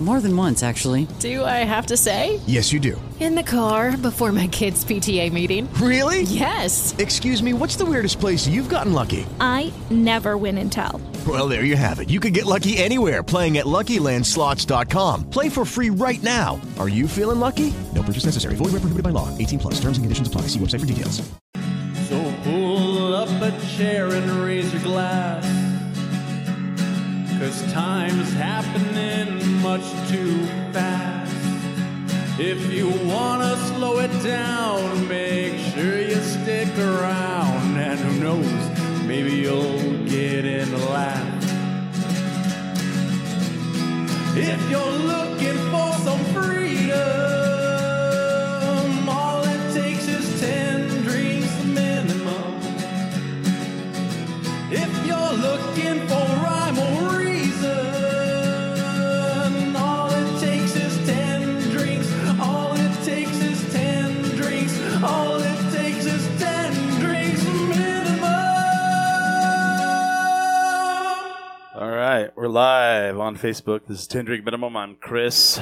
More than once, actually. Do I have to say? Yes, you do. In the car before my kids' PTA meeting. Really? Yes. Excuse me, what's the weirdest place you've gotten lucky? I never win and tell. Well, there you have it. You can get lucky anywhere playing at LuckyLandSlots.com. Play for free right now. Are you feeling lucky? No purchase necessary. Void where prohibited by law. 18 plus. Terms and conditions apply. See website for details. So pull up a chair and raise your glass. Cause time's happening much too fast. If you wanna slow it down, make sure you stick around. And who knows, maybe you'll get in the laugh. If you're looking for some freedom, all it takes is 10 drinks minimum. If you're looking for rhyme or reason, all it takes is 10 drinks. All it takes is 10 drinks. All it takes is 10 drinks minimum. All right, we're live on Facebook. This is Ten Drink Minimum. I'm Chris.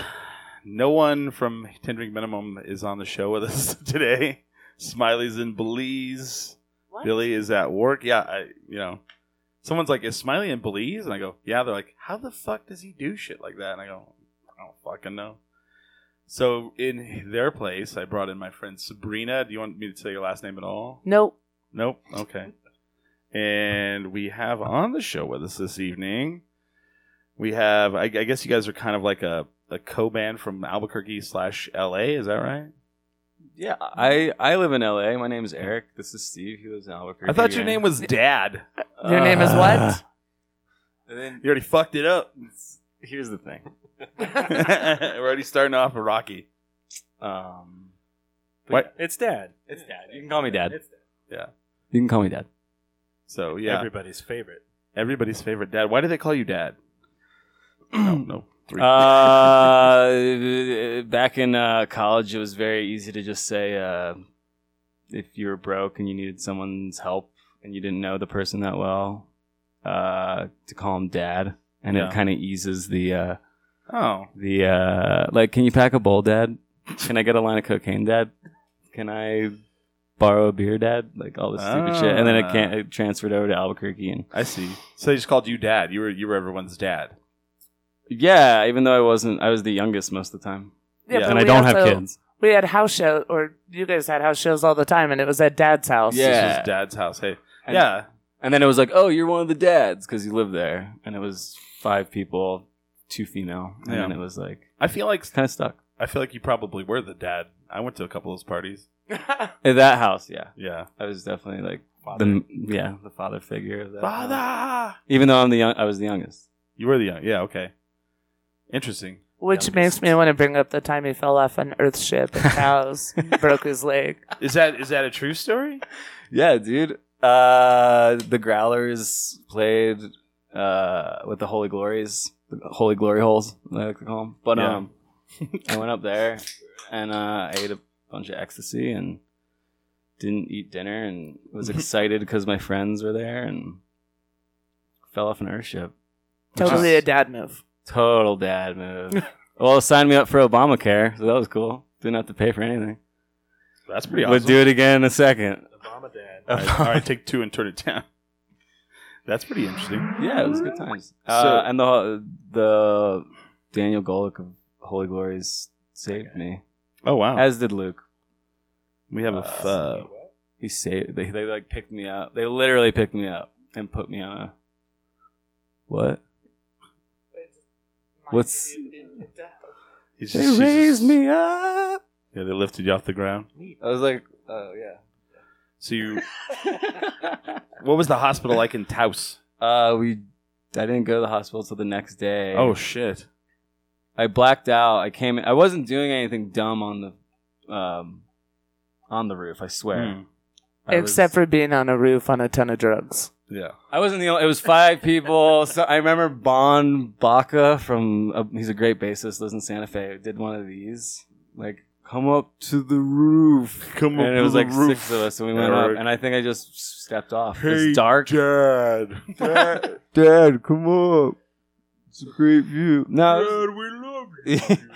No one from Ten Drink Minimum is on the show with us today. Smiley's in Belize. Billy is at work. Yeah, I, you know, someone's like, "Is Smiley in Belize?" And I go, "Yeah." They're like, "How the fuck does he do shit like that?" And I go, "I don't fucking know." So in their place, I brought in my friend Sabrina. Do you want me to say your last name at all? Nope. Nope. Okay. And we have on the show with us this evening. We have, I, I guess you guys are kind of like a, a co band from Albuquerque slash LA. Is that right? Yeah, I, I live in LA. My name is Eric. This is Steve. He lives in Albuquerque. Uh, I thought your name was Dad. Your name is what? And then You already fucked it up. here's the thing. We're already starting off with Rocky. Um, but What? yeah, It's Dad. It's Dad. You can call me Dad. Yeah. You can call me Dad. So, yeah. Everybody's favorite. Everybody's favorite dad. Why do they call you Dad? no, no. Three. Uh, back in uh, college, it was very easy to just say uh, if you were broke and you needed someone's help and you didn't know the person that well, uh, to call him Dad, and Yeah. it kind of eases the. Uh, oh. the uh like can you pack a bowl dad can i get a line of cocaine dad can i borrow a beer dad like all this stupid shit and then it can't it transferred over to albuquerque and I see. So they just called you Dad. You were you were everyone's dad. yeah even though i wasn't i was the youngest most of the time Yeah, but and i we don't have also- kids We had house show, or you guys had house shows all the time, and it was at Dad's house. Yeah. This was Dad's house. Hey. And- yeah. and then it was like oh you're one of the dads because you live there and it was five people two female and Yeah. then it was like I feel like kind of stuck I feel like you probably were the dad. I went to a couple of those parties. at that house yeah Yeah. i was definitely like the yeah the father figure of that house. Father. even though i'm the young i was the youngest You were the young. Yeah. Okay. Interesting. Which makes me want to bring up the time he fell off an Earth ship and cows broke his leg. Is that is that a true story? Yeah, dude. Uh, the Growlers played uh, with the Holy Glories, the Holy Glory Holes, I like to call them. But Yeah. um, I went up there and uh, I ate a bunch of ecstasy and didn't eat dinner and was excited because my friends were there and fell off an airship. Totally a dad move. Total dad move. well, signed me up for Obamacare, so that was cool. Didn't have to pay for anything. That's pretty Would awesome. do it again in a second. all, right, all right, take two and turn it down. That's pretty interesting. Yeah, it was good times. So- uh, and the the Daniel Golick of Holy Glories saved me, Oh wow. as did Luke. we have a f- uh, He saved. They, they like picked me up. They literally picked me up and put me on a what? What's he's they just- he's raised just- me up? Yeah, they lifted you off the ground. I was like, oh yeah. So you. what was the hospital like in Taos? Uh, we. I didn't go to the hospital till the next day. Oh shit. I blacked out. I came. I wasn't doing anything dumb on the, um, on the roof. I swear. Hmm. I was- Except for being on a roof on a ton of drugs. Yeah. I wasn't the only. It was five people. So I remember Bon Baca from. Uh, he's a great bassist. Lives in Santa Fe. Did one of these. Like come up to the roof. Come up and it to was the like roof, six of us, and we went Eric. up. And I think I just stepped off. it Hey, was dark. Dad. Dad, Dad, come up. It's a great view. No, it was- Dad, we love you.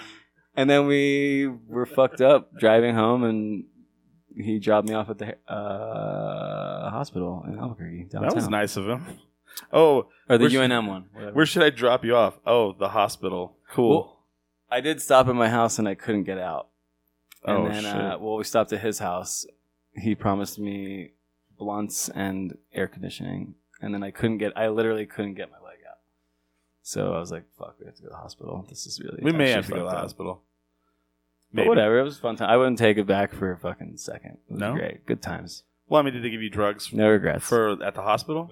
and then we were fucked up driving home, and he dropped me off at the uh, hospital in Albuquerque. Downtown. that was nice of him. Oh, Or the Where's- UNM one. whatever. where should I drop you off? Oh, the hospital. Cool. Well, I did stop at my house, and I couldn't get out. And oh, then, shit. Uh, well, we stopped at his house. He promised me blunts and air conditioning, and then I couldn't get. I literally couldn't get my leg out. So I was like, "Fuck, we have to go to the hospital. This is really we may actually have to go to the fucked up." hospital. But whatever, it was a fun time. I wouldn't take it back for a fucking second. It was No? great, good times, Well, I mean, did they give you drugs no regrets. for at the hospital?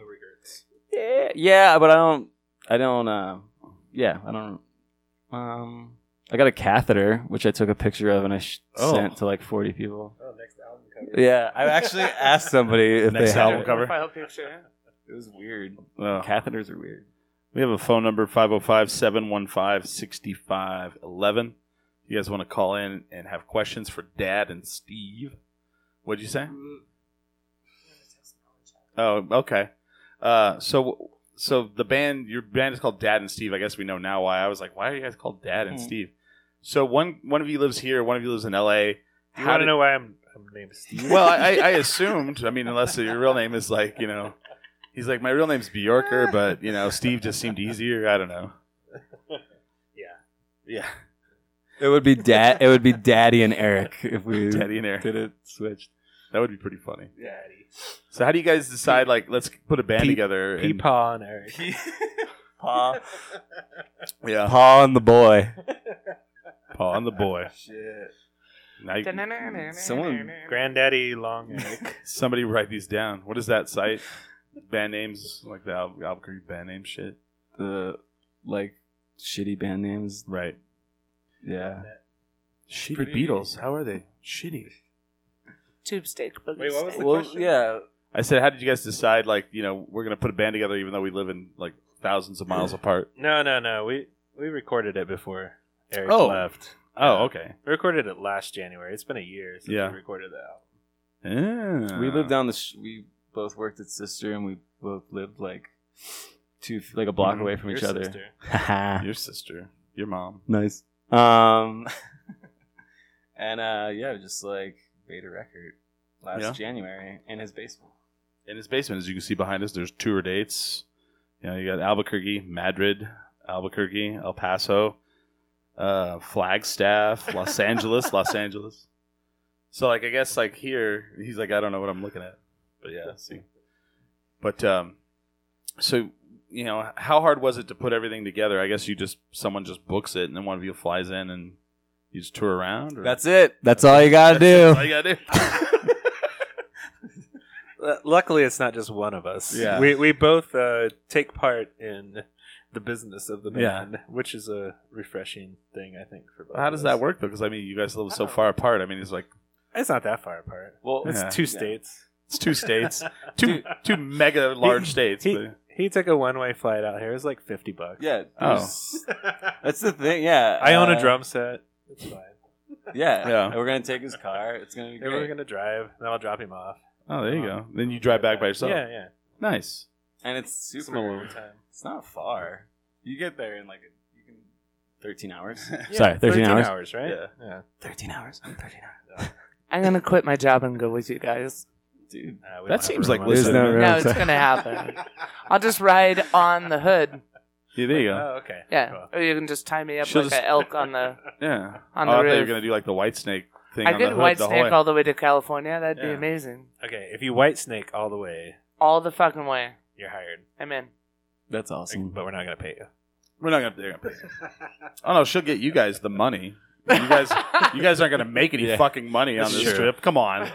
yeah, yeah, but I don't. I don't. Uh, yeah, I don't. Um, I got a catheter which I took a picture of and I sh- Oh. sent to like forty people. Oh, next album cover. Yeah, I actually asked somebody if Next they album had. cover. It was weird. Oh. Catheters are weird. We have a phone number 505 715 6511. You guys want to call in and have questions for Dad and Steve? What'd you say? Oh, okay. Uh, so, so the band, your band is called Dad and Steve. I guess we know now why. I was like, why are you guys called Dad and Mhm. Steve? So one one of you lives here, one of you lives in L.A. You want did- to know why I'm, Oh, I'm named Steve? Well, I, I assumed. I mean, unless your real name is like you know, he's like my real name's Bjorker, but you know, Steve just seemed easier. I don't know. Yeah. yeah, It would be dad. it would be Daddy and Eric if we Teddy and Eric. did it switched. That would be pretty funny. Daddy. So how do you guys decide? Like, let's put a band Pete- together. and- Peepaw and Eric. Paw, yeah, Paw, and the boy. Paul and the boy. Shit. Now you- Someone- Granddaddy Long Eric. somebody write these down. What is that site? Band names like the Al- Albuquerque band name shit. The like shitty band names. Right. Yeah. Shitty Pretty- Beatles. How are they? Shitty. Tube steak police. Wait, what was the Well, question? yeah. I said, how did you guys decide? Like, you know, we're gonna put a band together, even though we live in like thousands of miles apart. No, no, no. We we recorded it before Eric Oh. left. Oh, okay. We recorded it last January. It's been a year since Yeah. we recorded that. album. we Um, lived down the. Sh- we both worked at Sister, and we both lived like two, like a block Mhm. away from each Your other. Mm-hmm. sister. Haha. Ah. Your sister, your mom. nice. Um, and uh, yeah, just like made a record last Yeah. January in his basement. In his basement, as you can see behind us, there's tour dates. You know, you got Albuquerque, Madrid, Albuquerque, El Paso, uh, Flagstaff, Los Angeles, Los Angeles. So, like, I guess like here, he's like, I don't know what I'm looking at, but yeah, see. But um, so you know, how hard was it to put everything together? I guess you just someone just books it, and then one of you flies in and you just tour around. Or? That's it. That's all you gotta do. That's all you gotta do. L- Luckily, it's not just one of us. Yeah. We, we both uh, take part in the business of the Yeah. band, which is a refreshing thing, I think, for both How of does us. that work though? Because I mean, you guys live so far apart. I mean, it's like It's not that far apart. Well, It's Yeah. two states. it's two states, two two mega large states. He, but- he took a one way flight out here. It was like 50 bucks. yeah. Oh. there's- That's the thing. Yeah. I own uh, a drum set. It's fine. Yeah. Yeah. And we're gonna take his car. It's gonna be And we're great. going to drive, and I'll drop him off. oh, there you Uh, go. Then you drive back by yourself. Yeah, yeah. Nice. And it's super. Small time. It's not far. You get there in like a, you can thirteen hours. Yeah, Sorry, 13 hours. right? Uh, Yeah. yeah. thirteen hours. Thirteen hours. I'm gonna quit my job and go with you guys. Dude, Uh, we That don't seems have like room on this listening. side. There's No, Oh, it's gonna happen. I'll just ride on the hood. Yeah, there you go. Oh, okay. Yeah, Cool. or you can just tie me up She'll like just- an elk on the. Yeah. On oh, the I thought you were roof. gonna do like the white snake thing. I on the could hood, white the whole snake way. all the way to California. That'd be Yeah. amazing. Okay, if you white snake all the way, All the fucking way. you're hired. I'm in. That's Mm-hmm. awesome. But we're not gonna pay you. We're not gonna. They're gonna pay. you. oh no, she'll get you guys the money. You guys, you guys aren't gonna make any Yeah. fucking money on That's this true. trip. Come on.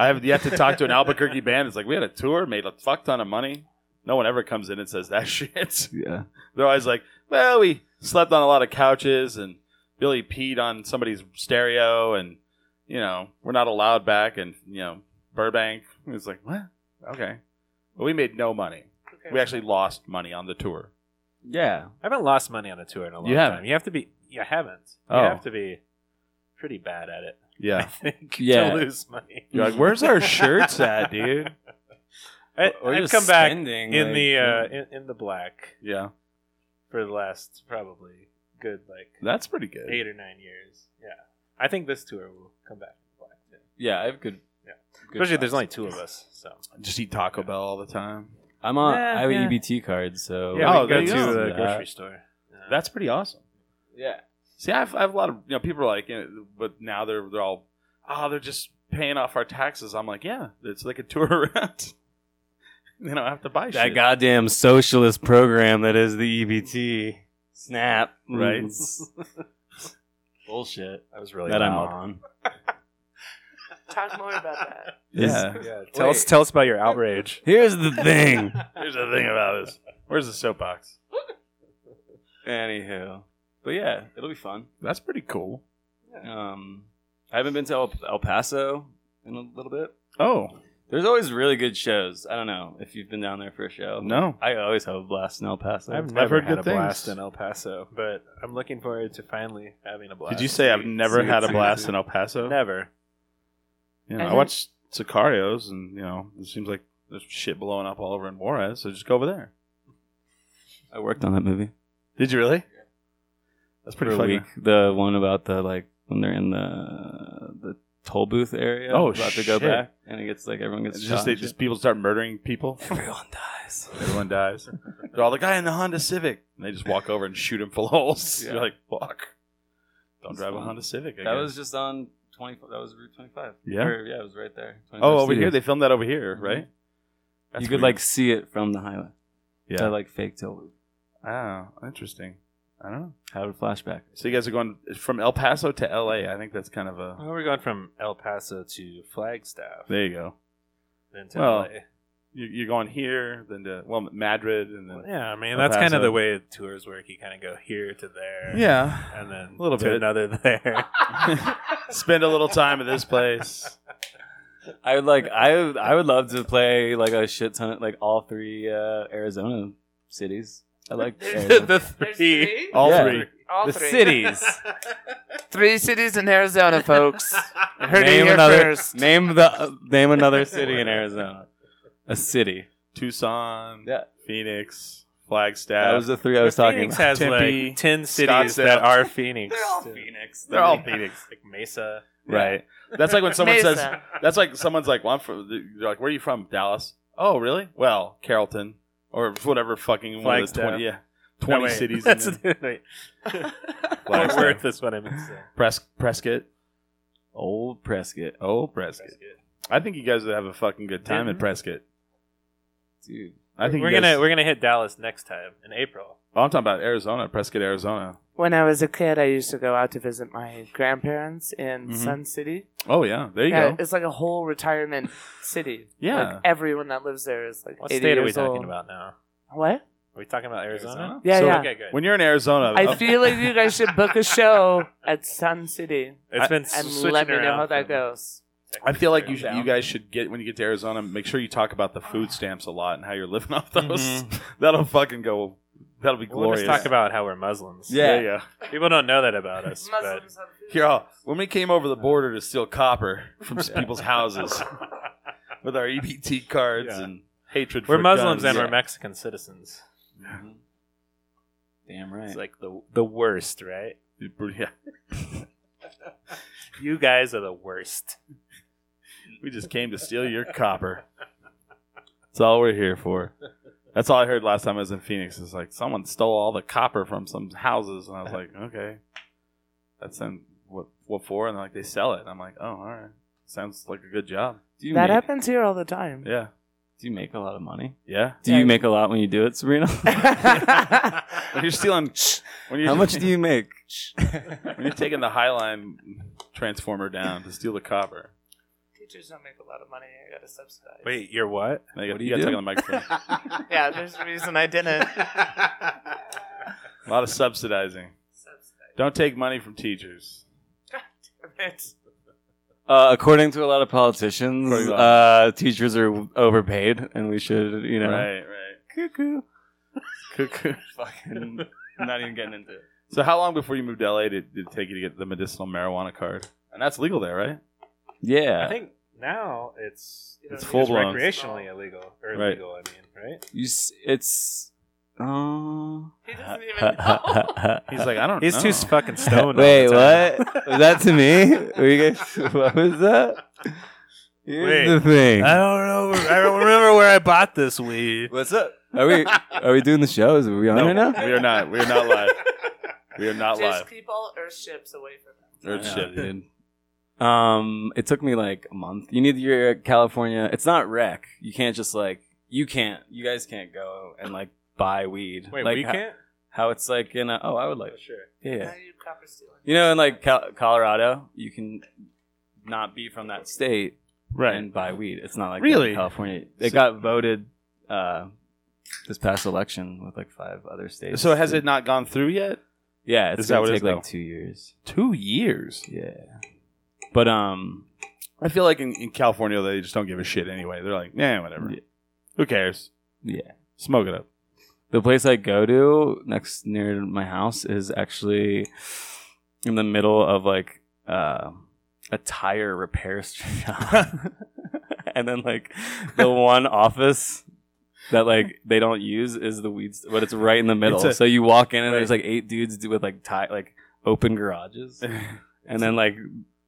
I have yet to talk to an Albuquerque band. It's like we had a tour, made a fuck ton of money. No one ever comes in and says that shit. yeah. They're always like, well, we slept on a lot of couches and Billy peed on somebody's stereo and, you know, we're not allowed back and, you know, Burbank. It's like, what? Okay. But we made no money. We actually lost money on the tour. Yeah. I haven't lost money on a tour in a long You haven't. time. You have to be. You haven't. You Oh. have to be pretty bad at it. I Yeah. think Yeah. to lose money. You're like, where's our shirts at, dude? I, Or I've just come back in spending, like, the uh, mm-hmm. yeah. in, in the black Yeah. for the last probably good like That's pretty good. eight or nine years. Yeah, I think this tour will come back in the black too. Yeah, I have good. Yeah. good Especially if there's thoughts. only two of us. So Just eat Taco Bell all the time. I'm on. Yeah, I have yeah. an EBT card, so yeah, oh, we go there you to go. the Yeah. grocery store. Yeah. That's pretty awesome. yeah. See, I've, I have a lot of you know people are like, you know, but now they're they're all, oh, they're just paying off our taxes. I'm like, yeah, it's like a tour around. they don't have to buy That shit. goddamn socialist program that is the EBT. Snap. Right. Bullshit. I was really that I'm loud. on. Talk more about that. yeah. Yeah, tell us tell us about your outrage. Here's the thing. Here's the thing about this. Where's the soapbox? Anywho, but yeah, it'll be fun. That's pretty cool. Um, I haven't been to El, El Paso in a little bit. Oh There's always really good shows. I don't know if you've been down there for a show. no, I always have a blast in El Paso. I've never heard had good a blast things. in El Paso, but I'm looking forward to finally having a blast. did you say I've never had a blast in El Paso? Never. You know, I I don't- watched Sicarios, and you know, it seems like there's shit blowing up all over in Juarez. So just go over there. I worked on that movie. Did you really? That's pretty for a fun. week. The one about the like when they're in the the toll booth area. Oh, about to go shit. back, and it gets like everyone gets It's shot just they and just shit. people start murdering people. everyone dies. Everyone dies. They're all the guy in the Honda Civic, and they just walk over and shoot him full of holes. Yeah. You're like, fuck. Don't That's drive a fun. Honda Civic. I That guess. was just on twenty. That was Route twenty five. Yeah. or, yeah, it was right there. 25 oh over here. Studios. They filmed that over here, right? you That's could weird. like see it from the highway. yeah. That like fake toll booth. oh, Mm-hmm. interesting. I don't know. Have a flashback. So you guys are going from El Paso to L.A. I think that's kind of a. Well, we're going from El Paso to Flagstaff, There you go. then to well, LA. You- You're going here, then to well Madrid, and then Yeah, I mean El that's kind Paso. of the way tours work. You kind of go here to there, yeah, and then A little to bit. another there. spend a little time at this place. I would like. I I would love to play like a shit ton. Like all three uh, Arizona cities. I like Arizona. the three. All Yeah. three. All the three. cities. Three cities in Arizona, folks. I heard it here another, first. Name the name another city in Arizona. A city. Tucson, Yeah. Phoenix, Flagstaff. That was the three I was talking Phoenix about. has Tempe, like ten cities Scottsdale. that are Phoenix. Phoenix. They're all Phoenix, like Mesa. Right. That's like when someone says Mesa. that's like someone's like, "Well, I'm from." You're like, "Where are you from?" Dallas. Oh, really? Well, Carrollton or whatever fucking one of the Flagstaff. twenty. Yeah, twenty No, wait. cities. That's in wait. Fort Flagstaff. Worth is what I meant. to say. Pres- Prescott. Old Prescott. Oh, Prescott. I think you guys would have a fucking good time at Prescott. Dude. I think We're you guys- gonna we're gonna hit Dallas next time in April. Oh, I'm talking about Arizona, Prescott, Arizona. When I was a kid, I used to go out to visit my grandparents Mhm. in Mm-hmm. Sun City. Oh yeah, there you yeah, go. it's like a whole retirement city. Yeah. Like everyone that lives there is like What 80 state are we years talking old. about now? What? Are we talking about Arizona? Yeah, So, yeah. Okay, good. When you're in Arizona, Oh. I feel like you guys should book a show at Sun City It's been and switching let me know around how that from- goes. I feel like you should, you guys should get when you get to Arizona, make sure you talk about the food stamps a lot and how you're living off those. Mm-hmm. that'll fucking go. That'll be Well, glorious. let's talk about how we're Muslims. Yeah. There you go. people don't know that about us. but Here, oh, when we came over the border to steal copper from s- people's houses with our EBT cards Yeah. and hatred we're for Muslims guns. and we're Mexican citizens. Damn right. It's like the the worst, right? we're yeah. You guys are the worst. We just came to steal your copper. That's all we're here for. That's all I heard last time I was in Phoenix. It's like someone stole all the copper from some houses, and I was like, okay, that's in what what for? And they're like they sell it. And I'm like, oh, all right, sounds like a good job. do, you That make, happens here all the time. Yeah, do you make a lot of money? yeah. Do you make a lot when you do it, Serena? When you're stealing, when you're, How much do you make? When you're taking the Highline transformer down to steal the copper. Teachers don't make a lot of money. I got to subsidize. Wait, you're what? And you got, What do you you got to do? talk on the microphone. Yeah, there's a reason I didn't. a lot of subsidizing. Don't take money from teachers. Uh, according to a lot of politicians, According to- uh, teachers are overpaid, and we should, you know, Right, right. cuckoo. Cuckoo. Fucking not even getting into it. So how long before you moved to LA did, did it take you to get the medicinal marijuana card? And that's legal there, right? Yeah. I think now it's you know, It's it's full-blown. recreational recreationally illegal or Right. illegal. I mean, right? you s- it's uh, He doesn't even know. He's like, I don't He's know. too fucking stoned. Wait, all the time. what? Was that to me? Were you guys, what was that? Here's Wait. the thing. I don't know. I don't remember where I bought this weed. What's up? Are we are we doing the shows? Are we on right now? we are not. We are not live. We are not live. keep all Earth ships away from them. Or shit. dude. Um, it took me like a month. You need your California. It's not rec. You can't just like you can't. You guys can't go and like buy weed. Wait, like, we ho- can't. How it's like in a, oh, I would like sure. yeah. you copper stealing? You know, in like Cal- Colorado, you can not be from that state and buy weed. It's not like that in Really? California. It So- got voted uh, this past election with like five other states. So has it not gone through yet? Yeah, it's Is that gonna what it take is, like though? two years. Two years. Yeah, but um, I feel like in, in California they just don't give a shit anyway. They're like, yeah, whatever. Yeah. Who cares? yeah, Smoke it up. the place I go to next near my house is actually in the middle of like uh, a tire repair shop, and then like the one office. That like they don't use is the weeds, but it's right in the middle. It's a- so you walk in and Right. there's like eight dudes with like tie like open garages. and then like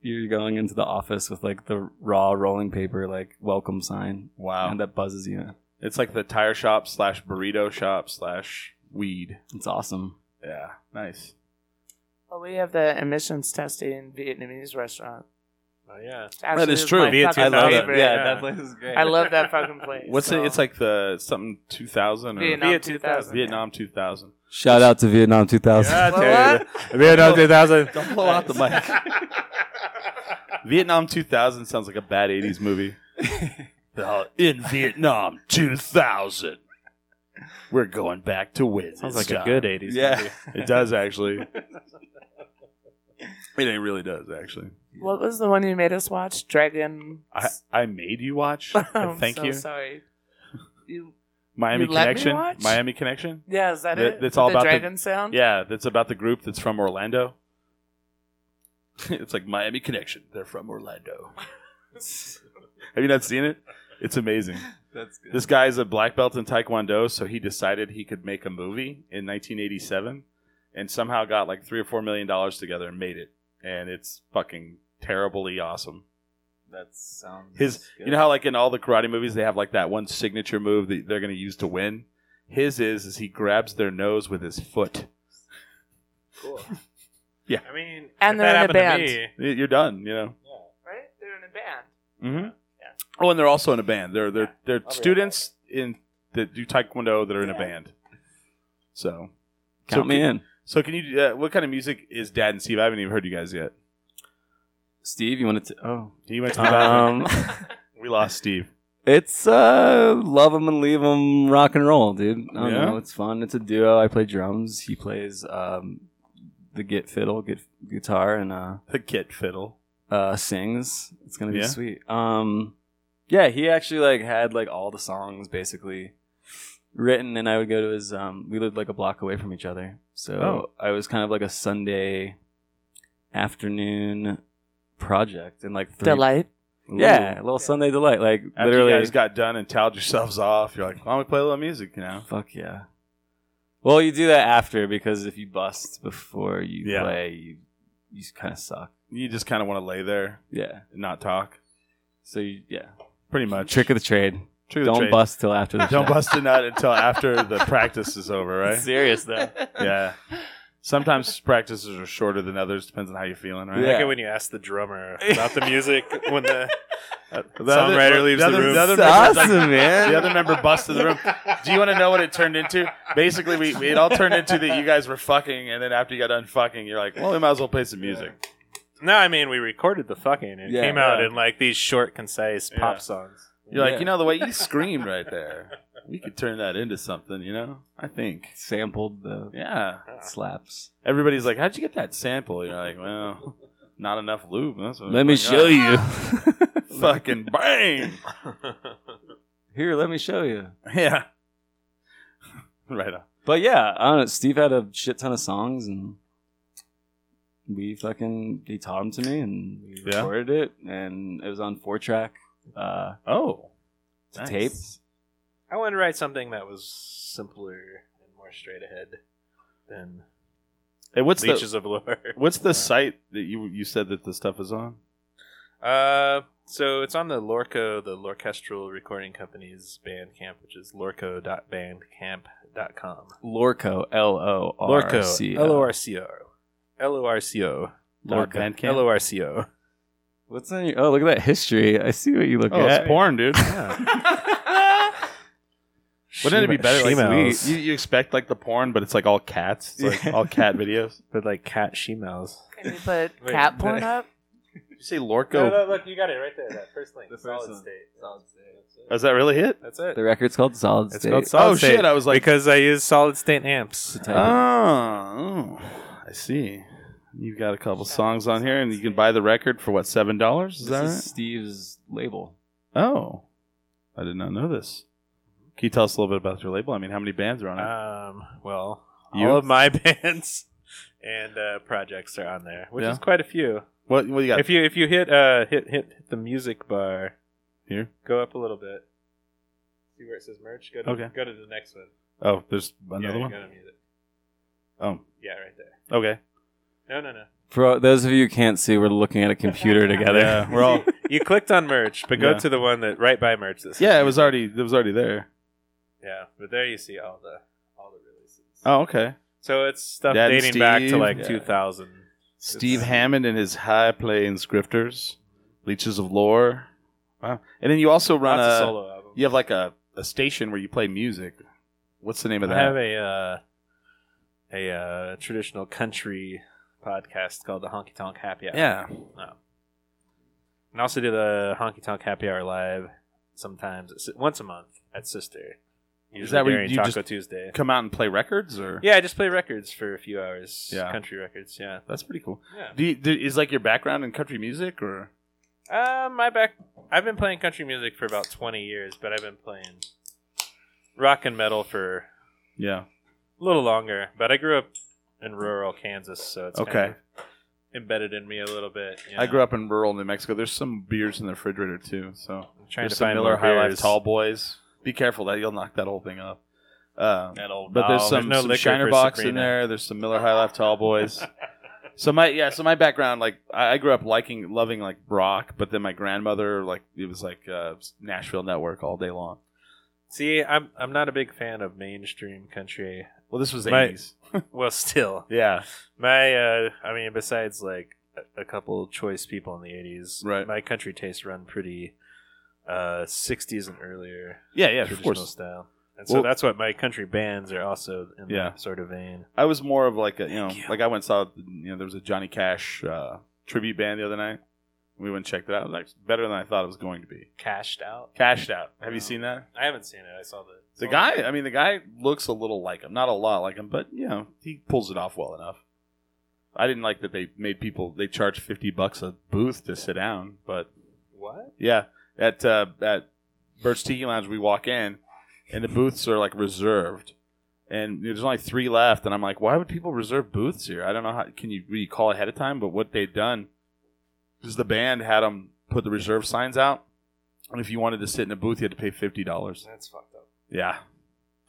you're going into the office with like the raw rolling paper like welcome sign Wow. and that buzzes you in. It's like the tire shop slash burrito shop slash weed. it's awesome Yeah, nice. Well, we have the emissions testing Vietnamese restaurant. Oh yeah. Actually, is it's true. my Viet- fucking I love it. favorite. Yeah, that place is great I love that fucking place. What's so. it? It's like the something two thousand or Vietnam Viet 2000. Vietnam two thousand. shout out to vietnam 2000 Yeah, What? dude. Vietnam 2000. Don't blow out the mic. Vietnam 2000 sounds like a bad 80s movie. Well, In Vietnam 2000, we're going back to win. Sounds this like a time. good 80s. Yeah, movie. it does actually. It ain't really does actually. What was the one you made us watch? Dragon. I, I made you watch. I I'm thank so you. Sorry. You. Miami You let me Connection. watch? Miami Connection. Yeah, is that Th- it? that's all the about the- dragon sound. Yeah, that's about the group that's from Orlando. it's like Miami Connection. They're from Orlando. Have you not seen it? It's amazing. that's good This guy's a black belt in Taekwondo, so he decided he could make a movie in 1987 and somehow got like three or four million dollars together and made it. And it's fucking terribly awesome. that sounds His, you know how like in all the karate movies they have like that one signature move that they're going to use to win. His is is he grabs their nose with his foot. Cool. Yeah. I mean, And if they're that in a happened band. To me, Y- You're done, you know. Right? They're in a band. Mm-hmm. Oh, and they're also in a band. They're they're they're students in that do Taekwondo that are in a band. So so count me can- in So can you? Uh, what kind of music is Dad and Steve? I haven't even heard you guys yet. steve you wanted to oh He went to the bathroom. um We lost Steve. it's uh love 'em and leave 'em rock and roll dude i don't Yeah? know it's fun it's a duo i play drums he plays um the git fiddle git guitar and uh The kit fiddle. uh sings it's gonna be Yeah. sweet um yeah he actually like had like all the songs basically written and i would go to his um we lived like a block away from each other Oh. so i was kind of like a sunday afternoon project and like three, Delight. yeah a little sunday delight like After literally you guys got done and toweled yourselves off, you're like, "Why don't we play a little music?" You know. fuck yeah well you do that after because if you bust before you Yeah. play you you kind of suck You just kind of want to lay there yeah and not talk. so you, yeah Pretty much. trick of the trade Trick of the don't trade. bust till after the Don't show. bust a nut until after the practice is over, right? serious though. Yeah. Sometimes practices are shorter than others. Depends on how you're feeling, right? Yeah. Like it when you ask the drummer about the music when the Uh, the Songwriter other- leaves the the other- room. The other, That's member's like- awesome, man. the other member busted the room. Do you want to know what it turned into? Basically, we, we it all turned into that you guys were fucking, and then after you got done fucking, you're like, well, we might as well play some music. No, I mean we recorded the fucking and it Yeah. came out Yeah. in like these short, concise Yeah. pop songs. You're like, Yeah. you know, the way you screamed right there, we could turn that into something, you know? I think. Sampled the Yeah. slaps. Everybody's like, how'd you get that sample? You're like, well, not enough lube. That's what Let me show you. Fucking bang. Here, let me show you. Yeah. Right on. But yeah, I don't know, Steve had a shit ton of songs, and we fucking he taught them to me, and we Yeah. recorded it, and it was on four track uh, Oh, to nice. tape. I wanted to write something that was simpler and more straight ahead than And what's Leeches the of Lore. what's the site that you you said that the stuff is on? Uh, so it's on the Lorco, the Lorchestral Recording Company's Bandcamp, which is lorco.bandcamp.com. Lorco, L O R C Lorco, L O O. R C O. L O R C O. Lorco. Bandcamp. L O R C O. What's on your? Oh, look at that history. I see what you look Oh, at. it's porn, dude. Wouldn't it be Shemales. better? Like, Shemales. we, you, you expect like the porn, but it's like all cats, it's like Yeah. all cat videos. But like cat shemales. Can we put Wait, cat the- porn up? Did you say Lorco? look, you got it right there. That first link. The first Solid one. state. Solid state. Is that really it? That's it. The record's called Solid It's State. called solid Oh, state shit, I was like- because I use solid state amps. Type it. Oh, oh, I see. You've got a couple songs on here, and you can buy the record for what seven dollars? Is this that is right? Steve's label. Oh, I did not know this. Can you tell us a little bit about your label? I mean, how many bands are on it? Um, well, You? all of my bands and uh, projects are on there, which Yeah. is quite a few. what What do you got If you if you hit uh hit hit hit the music bar, here? go up a little bit. See where it says merch. Go to Okay. go to the next one. Oh, there's yeah, another you one. Go to music. Oh, Yeah, right there. okay. No, no, no. For those of you who can't see, we're looking at a computer together. Yeah, we're all. You clicked on merch, but go Yeah. to the one that right by merch. That says Yeah, it was already. It was already there. Yeah, but there you see all the all the releases. Oh, okay. So it's stuff Dead dating back to Steve. like Yeah. 2000. Steve It's- Hammond and his High Plains Grifters, Leeches of Lore. Wow. And then you also run Lots of a. solo albums. You have like a, a station where you play music. What's the name of that? I have a uh, a uh, traditional country podcast called the Honky Tonk Happy Hour. yeah. Oh. And also do the Honky Tonk Happy Hour live sometimes it's once a month at Sister. Usually that where during you Taco just- Tuesday? Come out and play records, or Yeah, I just play records for a few hours. Yeah. country records. Yeah. that's pretty cool. Yeah. Do you, do, is like your background in country music, or Uh, my back. I've been playing country music for about 20 years, but I've been playing rock and metal for yeah, a little longer. But I grew up in rural Kansas, so it's Okay. kind of embedded in me a little bit. I grew up in rural New Mexico. There's some beers in the refrigerator too. So trying there's to some find Miller more High Life beers. Tall Boys. Be careful that you'll knock that whole thing up. Um, That old but there's bottle. some, no some liquor Shiner for Box in Sabrina. there. There's some Miller High Life Tall Boys. so my yeah, so my background like I, I grew up liking loving like rock, but then my grandmother like it was like uh, Nashville Network all day long. See, I'm I'm not a big fan of mainstream country. Well, this was My- 80s. Well, still, Yeah, my uh, I mean, besides like a- a couple choice people in the '80s, Right. My country tastes run pretty uh, '60s and earlier. yeah, yeah. Of traditional course, style. And Well- so that's what my country bands are also in Yeah. that sort of vein. I was more of like a you know Thank you. like I went and saw you know there was a Johnny Cash uh, tribute band the other night. We went and checked it out. It was like better than I thought it was going to be. Cashed out. Cashed out. Have you seen that? I haven't seen it. I saw the The guy, I mean, the guy looks a little like him. Not a lot like him, but, you know, he pulls it off well enough. I didn't like that they made people, they charged 50 bucks a booth to sit down. But, What? yeah, at, uh, at Burt's Tiki Lounge, we walk in, and the booths are, like, reserved. And there's only three left, and I'm like, why would people reserve booths here? I don't know how, can you, you call ahead of time? But what they'd done is the band had them put the reserve signs out. And if you wanted to sit in a booth, you had to pay $50. That's fucked up. Yeah.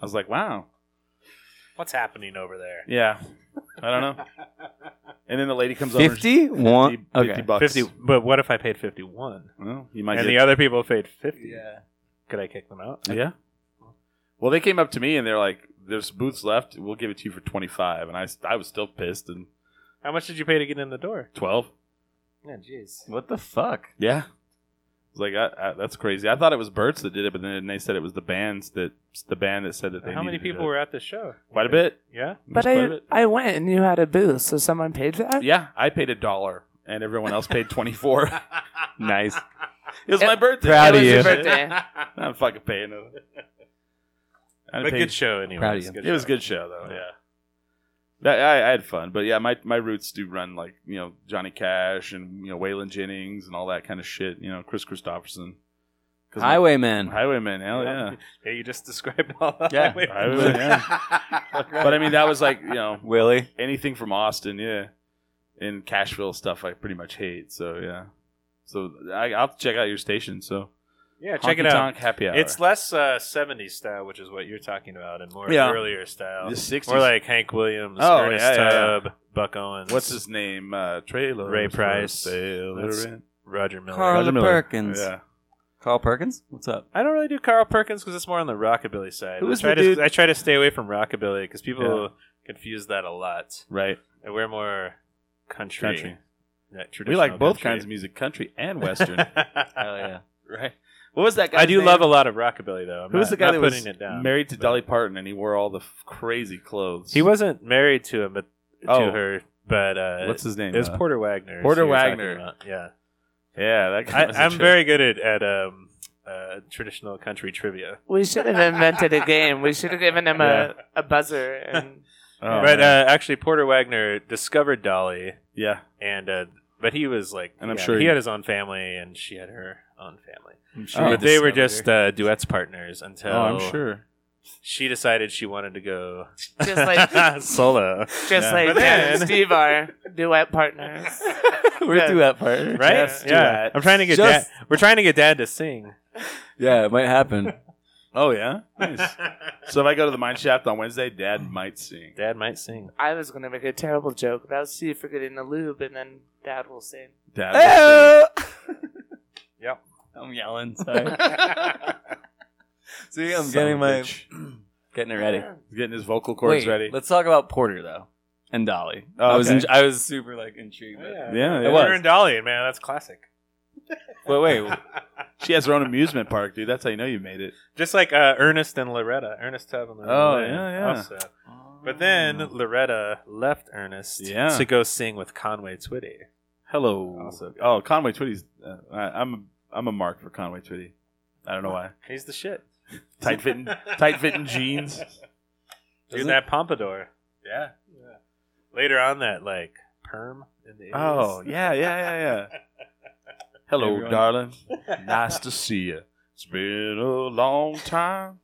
I was like, wow. What's happening over there? Yeah. I don't know. And then the lady comes over. and she- 50? One? 50 okay. bucks. Fifty. But what if I paid fifty-one Well, you might and the get, other people paid fifty? Yeah. Could I kick them out? Yeah. Well, they came up to me and they're like, there's booths left. We'll give it to you for 25. And I, I was still pissed. And How much did you pay to get in the door? 12? Yeah, jeez. What the fuck? Yeah. I was like, I, I, that's crazy. I thought it was Burt's that did it, but then they said it was the bands that, the band that said that they How many needed to do people it. were at the show? Quite a bit. Yeah. It was But quite a I, bit. I went and you had a booth, so someone paid for that? Yeah, I paid a dollar and everyone else paid Eh, 24. it Nice. was my birthday. Proud It of was you. your birthday. I'm fucking paying them. I But paid- good show anyway. Proud of It's you. good It was a show. good show though. Yeah. Yeah, That- I, I had fun, but yeah, my, my roots do run like you know Johnny Cash and you know Waylon Jennings and all that kind of shit. You know Chris Christopherson, 'Cause my- Highwayman. Highwayman. Hell yeah, Yeah, you just described all that. Yeah. Wait, Highwayman. yeah. but I mean that was like you know Willie. anything from Austin, yeah. in Cashville stuff I pretty much hate. So yeah, so I, I'll check out your station. So Yeah, check it Honky out. Tonk Happy Hour. It's less uh, 70s style, which is what you're talking about, and more Yeah. earlier style. The 60s. More like Hank Williams, Oh, Ernest yeah, yeah, yeah. Tubb, Buck Owens. what's his name? Uh, trailer Ray Price. That's- Sailor. Roger Miller. Carl Roger Miller. Perkins. Yeah. Carl Perkins? What's up? I don't really do Carl Perkins because it's more on the rockabilly side. Who I was try, the to, dude- I try to stay away from rockabilly because people Yeah. confuse that a lot. Right. And we're more country. Country. Yeah, We traditional like both country. kinds of music, country and western. Hell yeah. right. What was that guy? I do love a lot of rockabilly though. I'm Who was not- the guy not that putting was it down, married to but- Dolly Parton and he wore all the f- crazy clothes? He wasn't married to him, but Oh. to her. But uh, What's his name, It was uh, Porter Wagner. is Porter who we're talking Wagner. about, Yeah, Yeah, that guy. was a I, I'm trip. very good at at um, uh, traditional country trivia. Oh, We should have invented a game. We should have given him a, a buzzer. And Oh, but man. uh, actually, Porter Wagner discovered Dolly, yeah, and uh, but he was like, And I'm yeah, sure he he- had his own family, and she had her own family. I'm Oh. But they were discovered just uh, duets partners until oh, I'm sure. she decided she wanted to go just like solo. just Yeah. like But Dan and then- Steve are duet partners. We're through that part. Right? Yes, yeah. duet. I'm trying to get Just- dad. We're trying to get dad to sing. Yeah, it might happen. Oh yeah, nice. so if I go to the mine shaft on Wednesday, Dad might sing. Dad might sing. I was gonna make a terrible joke about Steve forgetting the lube, and then Dad will sing. Dad will Yep. I'm yelling. Sorry. See, I'm Son getting of a my bitch. getting it ready. sing. He's getting his vocal cords Wait, ready. Let's talk about Porter though, and Dolly. Oh, I was okay. in, I was super like intrigued. But, Yeah, It yeah. was. Turn Dolly, man. That's classic. but wait, She has her own amusement park, dude. That's how you know you made it. Just like uh, Ernest and Loretta. Ernest Tubb and Loretta. Oh, Lynn yeah, yeah. Also. But then Loretta left Ernest Yeah. to go sing with Conway Twitty. Hello. Also- Oh, Conway Twitty's. Uh, I, I'm I'm a mark for Conway Twitty. I don't know why. He's the shit. Tight fitting, tight fitting jeans. Dude, that pompadour. Yeah. Later on, that like perm in the 80s. Oh yeah, yeah, yeah, yeah. Hello, Everyone- darling. nice to see you. It's been a long time.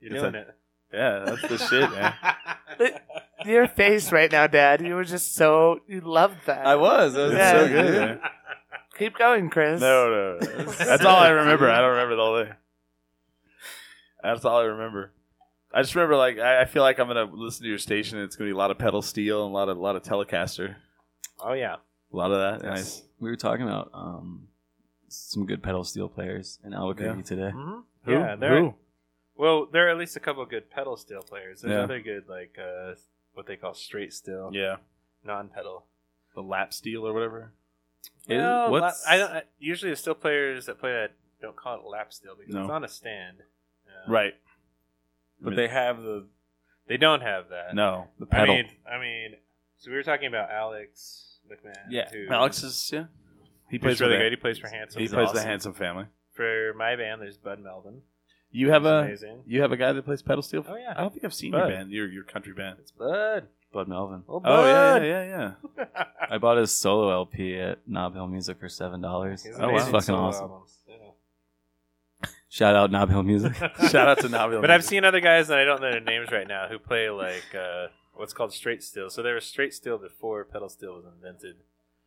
you're doing it. Yeah, that's the shit, man. Your face right now, Dad. You were just so you loved that. I was. That was Yeah. so good. man. Keep going, Chris. No, no, no. That's all I remember. I don't remember the whole thing. That's all I remember. I just remember like I, I feel like I'm gonna listen to your station. and It's gonna be a lot of pedal steel and a lot of a lot of Telecaster, Oh yeah. a lot of that. Nice. We were talking about um, some good pedal steel players in Albuquerque today. hmm Who? Yeah. There. Who? Well, there are at least a couple good pedal steel players. There's Yeah. other good like uh, what they call straight steel, Yeah, non-pedal. the lap steel or whatever. Is- Well, what's- Oh, la- I don't, I, usually the steel players that play that don't call it lap steel because No. it's on a stand. Yeah. Right. But they have the They don't have that. no the I pedal. mean, I mean, so we were talking about Alex McMahon. Yeah. who, Alex is yeah. He He's for really that. good. He plays for Handsome. He He's plays the awesome. handsome family. For my band, there's Bud Melvin. You have He's a amazing. you have a guy that plays pedal steel. Oh, yeah. I don't think I've seen Bud. your band, your your country band. It's Bud. Bud Melvin. Oh, Oh yeah, Bud. yeah, yeah, yeah. I bought his solo LP at Knob Hill Music for seven dollars. He's Oh, wow. amazing fucking solo awesome! albums. Yeah. Shout out Knob Hill Music. Shout out to Navi. But I've seen other guys that I don't know their names right now who play like uh, what's called straight steel. So there was straight steel before pedal steel was invented,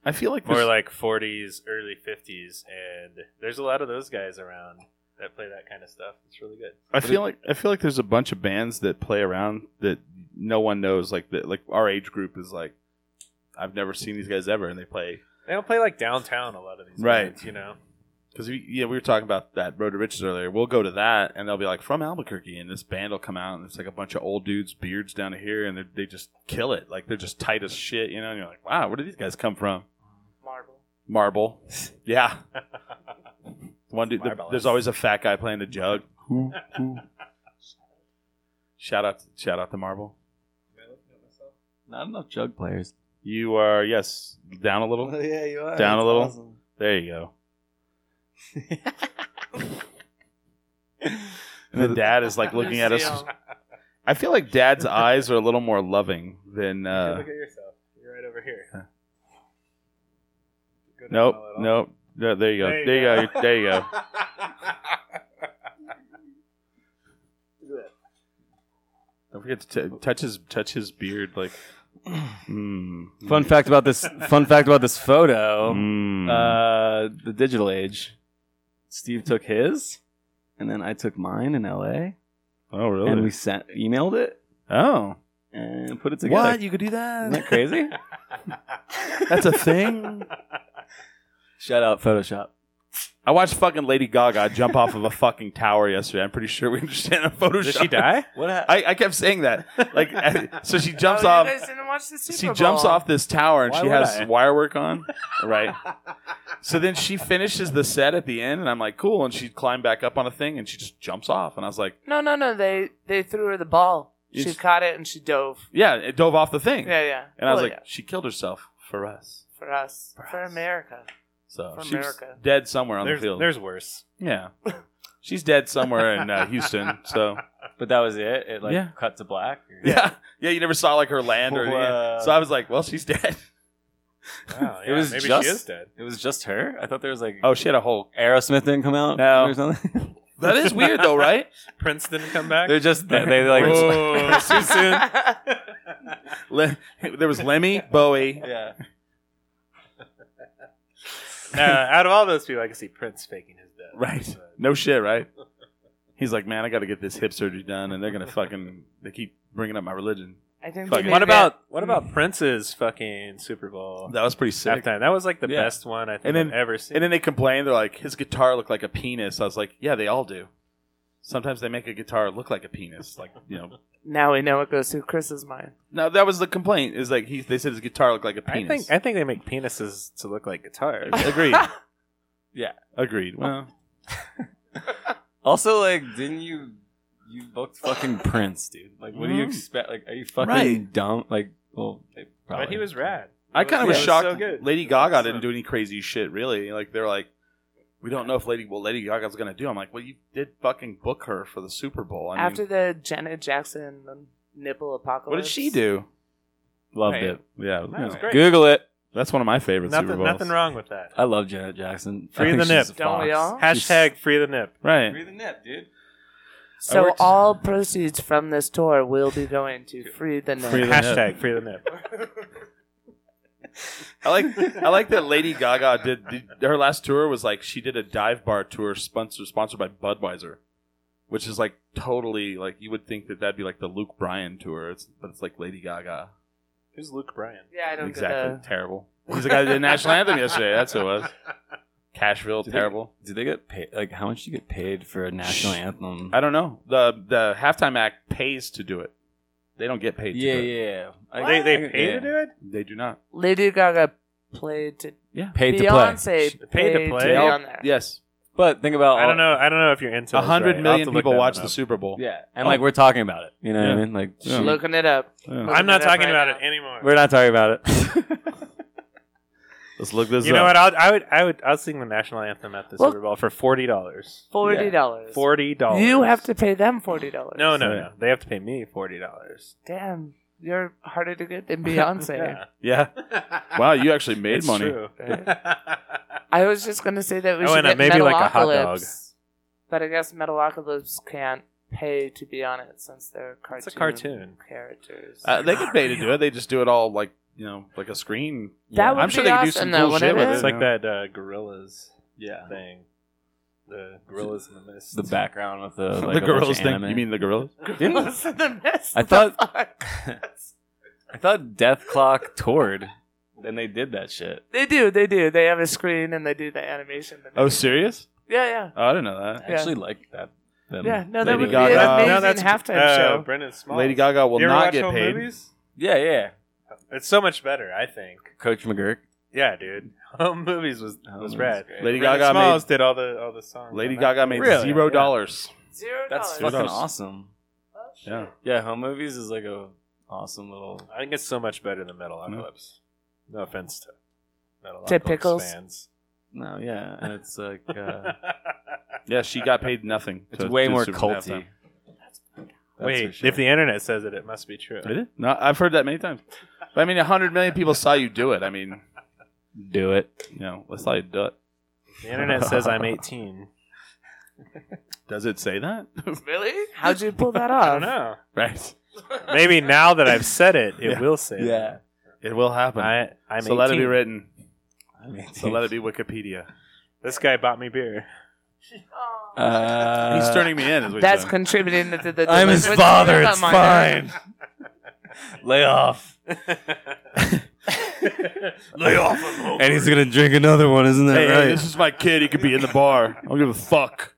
I feel like more there's- like 40s, early 50s, and there's a lot of those guys around that play that kind of stuff. It's really good. I feel like I feel like there's a bunch of bands that play around that no one knows. Like that, like our age group is like, I've never seen these guys ever, and they play They don't play like downtown a lot of these Right. bands, you know. because we, yeah, we were talking about that Road to Riches earlier. We'll go to that, and they'll be like from Albuquerque, and this band will come out, and it's like a bunch of old dudes, beards down to here, and they're- they just kill it. Like they're just tight as shit, you know. And you're like, wow, where did these guys come from? Marble. Marble, yeah. One dude, there- Marble. there's always a fat guy playing the jug. Who, who? Shout out, shout out to Marble. Not enough jug players. You are yes, down a little. yeah, you are. Down a little. There you go. and the dad is like looking at us. I feel like dad's eyes are a little more loving than. Uh, Look at yourself. You're right over here. Go down nope, a little. nope. No, there you go. There you go. There you go. Don't forget to t- touch his touch his beard. Like Mm. Fun fact about this. Fun fact about this photo. Mm. Uh, the digital age. Steve took his, and then I took mine in L.A. Oh, really? And we sent emailed it oh. and put it together. What? You could do that? Isn't that crazy? That's a thing? Shout out Photoshop. I watched fucking Lady Gaga jump off of a fucking tower yesterday. I'm pretty sure we understand a Photoshop. Did she die? What? I, I kept saying that. Like, so she jumps oh, off. You guys didn't watch the Super she jumps Bowl. off this tower and Why she would has I? wire work on. Right. so then she finishes the set at the end, and I'm like, cool. And she climbed back up on a thing and she just jumps off. And I was like, No, no, no. They they threw her the ball. She It's- caught it and she dove. yeah, it dove off the thing. Yeah, yeah. And I was Well, like, yeah. she killed herself for us. for us, for, America. So For she's America. dead somewhere on There's, the field. there's worse. yeah. She's dead somewhere in uh, Houston. So But that was it. It like Yeah. cut to black. or- yeah. Yeah, you never saw like her land or anything. Wow. So I was like, well, she's dead. Wow, It was maybe just she is dead. It was just her. I thought there was like Oh, she had a whole. Aerosmith didn't come out. No. or something. That is weird though, right? Prince didn't come back. They're just they, they like. Whoa. too soon. Le- there was Lemmy, Bowie. Yeah. Uh, out of all those people, I can see Prince faking his death. Right. No shit, right? He's like, man, I got to get this hip surgery done, and they're gonna fucking. They keep bringing up my religion. I think. Fuck they it. made What me- about what about Prince's fucking Super Bowl That was pretty sick. halftime? That was like the Yeah. best one I think And then- I've ever seen. And then they complain. They're like, his guitar looked like a penis. I was like, yeah, they all do. Sometimes they make a guitar look like a penis, like you know. Now we know it goes through Chris's mind. No, that was the complaint. Is like he. They said his guitar looked like a I penis. think I think they make penises to look like guitars. agreed. yeah, agreed. Well, Also, like, didn't you you booked fucking Prince, dude? Like, what do you expect? Like, are you fucking Mm-hmm. Right. dumb? Like, well, they probably. but he was rad. I kind of was yeah, it was shocked. so good. Lady It was Gaga awesome. didn't do any crazy shit, really. Like they're like, we don't know if Lady what Lady Gaga's gonna do. I'm like, well, you did fucking book her for the Super Bowl. I mean, After the Janet Jackson nipple apocalypse. what did she do? loved Right. it. Yeah, That was yeah. great. Google it. that's one of my favorite Super Nothing, Bowls. nothing wrong with that. I love Janet Jackson. I Free think the she's nip. a Don't we fox. all? Hashtag free the nip. Right. the nip, dude. So worked- all proceeds from this tour will be going to free the nip. Free the nip. Hashtag free the nip. I like I like that Lady Gaga did, did her last tour was like she did a dive bar tour sponsored sponsored by Budweiser, which is like totally like you would think that that'd be like the Luke Bryan tour, it's, but it's like Lady Gaga. Who's Luke Bryan? yeah, I don't Exactly. get Terrible. He's Uh, the guy that did national anthem yesterday. That's who it was. Cashville. Do they- terrible. Do they get paid? Like, how much do you get paid for a national anthem? I don't know. The the halftime act pays to do it. They don't get paid. yeah, to do It. yeah. Like, They they paid to do it. They do not. the Lady Gaga played to Yeah. Paid to play. Beyonce to paid to play. be Yep. on there. Yes. But think about. I all- don't know. I don't know if you're into. A this, hundred right? I'll have million to look people that watch one the up. Super Bowl. Yeah, and Oh. like we're talking about it. You know Yeah. what I mean? Like, Yeah. shoot. Looking it up. Yeah. Looking I'm not it up talking right about now. it anymore. we're not talking about it. Let's look this you up. know what? I'll, I would. I would. I'll sing the national anthem at the Well- Super Bowl for forty dollars. Forty dollars. Forty dollars. You have to pay them forty dollars. No, no, no. They have to pay me forty dollars. Damn, you're harder to get than Beyonce. Yeah. Wow, you actually made It's money. true. I was just gonna say that we Oh, should and, uh, get maybe Metalocalypse, like a hot dog. but I guess Metalocalypse can't pay to be on it since they're cartoon. It's a cartoon. characters. Uh, they could pay to do it. They just do it all like you know, like a screen. That would I'm sure be they could do awesome, some though, cool shit wouldn't with it? it. It's like that uh, gorillas yeah. thing. The gorillas in the mist. The background with the like, the a bunch gorillas of thing. anime. You mean the gorillas? Gorillas in the Mist. I The thought- fuck? I thought Death Clock toured, and they did that shit. they do. They do. They have a screen and they do the animation. and Oh, everything. serious? yeah, yeah. Oh, I didn't know that. I actually like that. them. Yeah, no, that Lady would be Gaga. an amazing No, that's halftime uh, show. Brendan Small. Lady Gaga will you ever not watch get home paid. Movies? Yeah, yeah. It's so much better, I think. Coach McGurk. Yeah, dude. Home movies was was movies rad. great. Lady Brendan Gaga Smalls did all the all the songs. Lady on that. Gaga made Really? zero Yeah. dollars. Zero That's dollars. fucking Kudos. awesome. Oh, Yeah. Yeah, home movies is like a awesome little. I think it's so much better than Metalocalypse. No offense to Metalocalypse Pickles. fans. No, yeah, and it's like uh, Yeah, she got paid nothing. it's to way do more Super culty. Halftime. That's for Wait, sure. if the internet says it, it must be true. Did it? No, I've heard that many times. But I mean, hundred million people saw you do it. I mean, do it, you know, let's saw you do it. The internet says I'm 18. Does it say that? Really? How'd you pull that I off? don't know. right. Maybe Oh, now that I've said it, it Yeah. will say. yeah, It will happen. I, I'm so let it be 18. written. I mean, So let it be Wikipedia. This guy bought me beer. Uh, He's turning me in. Is what he's That's doing. contributing to the. the I'm his delinquency father. It's of my dad. fine. Lay off. Lay off. I'm And he's gonna drink another one, isn't that Hey, hey, right? this is my kid. He could be in the bar. I don't give a fuck.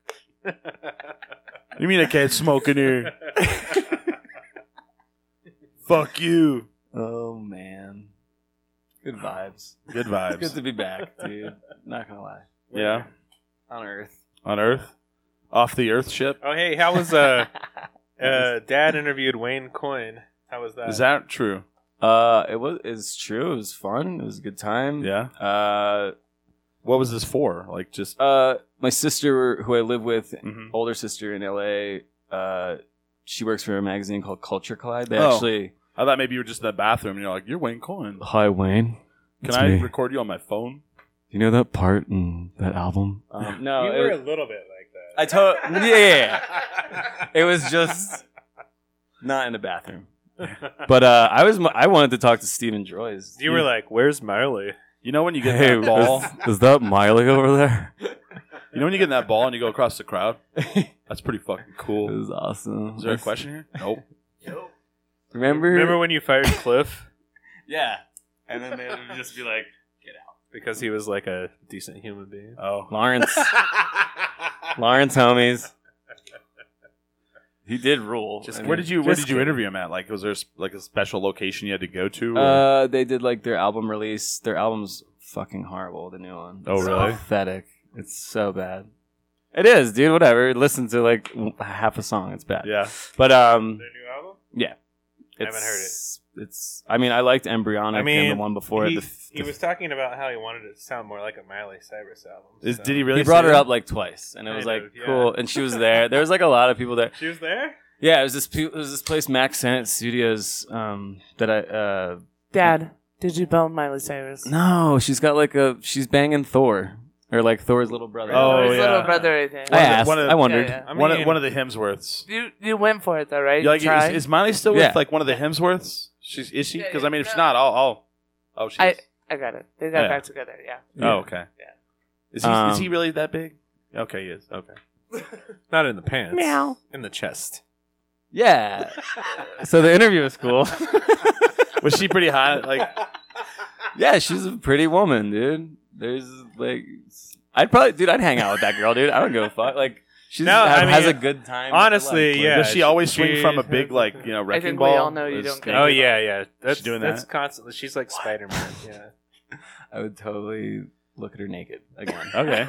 you mean I can't smoke in here? fuck you. oh man, good vibes. Good It's good vibes. to be back, dude. Not gonna lie. yeah. On Earth. On Earth? Off the Earth ship? Oh hey, how was uh, uh Dad interviewed Wayne Coyne? How was that? Is that true? Uh, it was. It's true. It was fun. It was a good time. Yeah. Uh, What was this for? Like just. uh, my sister, who I live with, Mhm. older sister in L.A. Uh, she works for a magazine called Culture Collide. They Oh. actually. I thought maybe you were just in the bathroom and you're like, you're Wayne Cohen. Hi, Wayne. Can I record you on my phone? you know that part in that album? Um, no, you it were was- a little bit like that. I told. Yeah, yeah, yeah. it was just not in the bathroom. But uh, I was. I wanted to talk to Steven Droys. You were like, "Where's Marley?" You know when you get Hey, that ball? is, is that Miley over there? you know when you get in that ball and you go across the crowd? That's pretty fucking It cool. was awesome. Is there a question here? Nope. Remember? Remember when you fired Cliff Yeah. And then they would just be like, because he was like a decent human being? Oh. Lawrence. Lawrence, homies. He did rule. Just where did you where did you interview him at? Like, was there s- like a special location you had to go to? or- Uh, they did like their album release. Their album's fucking horrible. The new one. Oh, It's really? Pathetic. It's so bad. It is, dude. Whatever. Listen to like w- half a song. It's bad. yeah, But um, Their new album. it's, haven't heard it. It's. I mean, I liked Embryonic I mean, and the one before. he, the, f- he the was talking about how he wanted it to sound more like a Miley Cyrus album. Is, so- did he really? he brought say her that? up like twice, and it was Kind like of, yeah. cool. And she was there. There was like a lot of people there. She was there. Yeah, it was this. pe- It was this place, Max Sennett Studios, um, that I. Uh, Dad, did you bone Miley Cyrus? Oh, no, she's got like a. She's banging Thor, or like Thor's little brother. Oh, His yeah. little brother, I think. I One of the- asked. one of the- I wondered. Yeah, yeah. one of mean- one of the Hemsworths. You you went for it though, right? Yeah, like, You tried? is, is Miley still with Yeah. like one of the Hemsworths? She's is she? Yeah, Because yeah. I mean, if she's No. not, I'll. I'll oh, she's. I I got it. They got Yeah. back together. Yeah. Oh, okay. Is he is Um, he really that big? Okay, he is. Okay. Not in the pants. Meow. In the chest. Yeah. so the interview was cool. Was she pretty hot? Uh, Like, yeah, she's a pretty woman, dude. There's like, I'd probably, dude, I'd hang out with that girl, dude. I don't give a fuck. Like, she No, I mean, has a good time. honestly, Like, yeah. does she always swing she- from a big like you know I wrecking think we ball? all know you Is- don't get Oh yeah, yeah. That's She doing That's that? constantly. She's like Spider Man. Yeah. I would totally look at her naked again. Okay.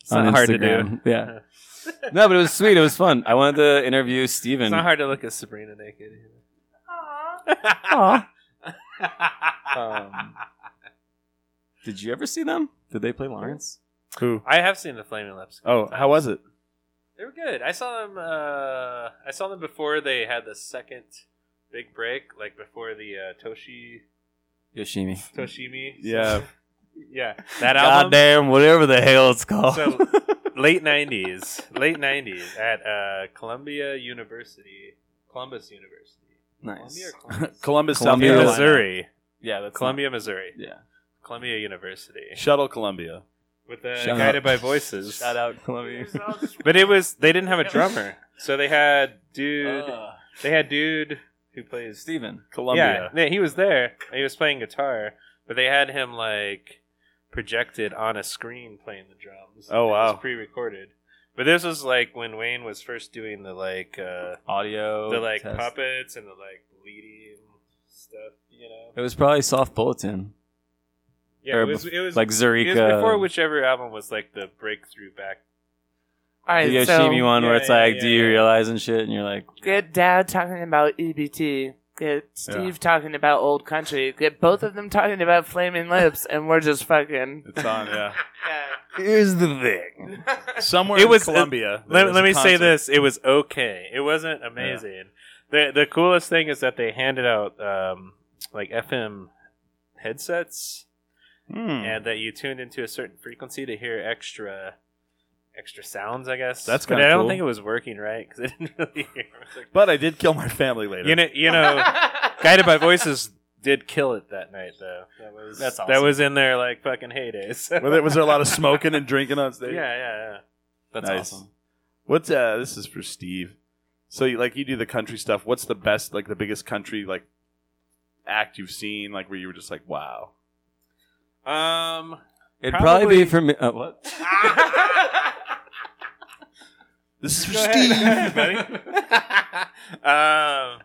It's not hard to do. Yeah. No, but it was sweet. It was fun. I wanted to interview Steven. It's not hard to look at Sabrina naked. Either. Um, did you ever see them? Did they play Lawrence? Who? I have seen the Flaming Lips. Oh, how was it? They were good. I saw them. Uh, I saw them before they had the second big break, like before the uh, Toshi Yoshimi. Toshimi. Yeah. yeah. That album. Goddamn, whatever the hell it's called. So late nineties, late nineties at uh, Columbia University, Columbus University, nice. Columbia, Columbus, Columbia, South or Carolina. Carolina. Missouri, Yeah, that's Columbia, Missouri, Yeah. Columbia University, Shuttle Columbia. with uh, Shout guided out. by voices. Shout out Columbia. But it was they didn't have a drummer, so they had dude. Uh, they had dude who plays Steven. Columbia. Yeah, yeah, he was there. He was playing guitar, but they had him like projected on a screen playing the drums. Oh, It wow. was pre-recorded. But this was like when Wayne was first doing the like uh, Audio. the like test. puppets and the like bleeding stuff, you know. It was probably Soft Bulletin. Yeah, or it was. It was like it Zurika. was before whichever album was like the breakthrough back. the All right. Yoshimi So one where Yeah, it's yeah, like, yeah, do you yeah. realize and shit? And you're like, get Dad talking about E EBT. Get Steve Yeah. talking about old country. Get both of them talking about flaming lips, and we're just fucking. It's on, yeah. here's the thing. Somewhere It in was- uh, Columbia. there Let, was let a me say concert. this: it was okay. It wasn't amazing. The the coolest thing is that they handed out um, like FM headsets, Hmm. and that you tuned into a certain frequency to hear extra extra sounds. I guess That's But kinda I don't cool. think it was working right because I didn't really hear. It was like- But I did kill my family later. you know, you know, guided by voices. did kill it that night though. That was That's that awesome. was in there like fucking heydays. Was there, was there a lot of smoking and drinking on yeah, stage? yeah, yeah. That's Nice. awesome. What's uh? This is for Steve. So, you, like, you do the country stuff. What's the best, like, the biggest country like act you've seen? Like, where you were just like, wow. Um, It'd probably, be Probably- for me. Uh, what? This is for Go Steve. ahead, buddy. um,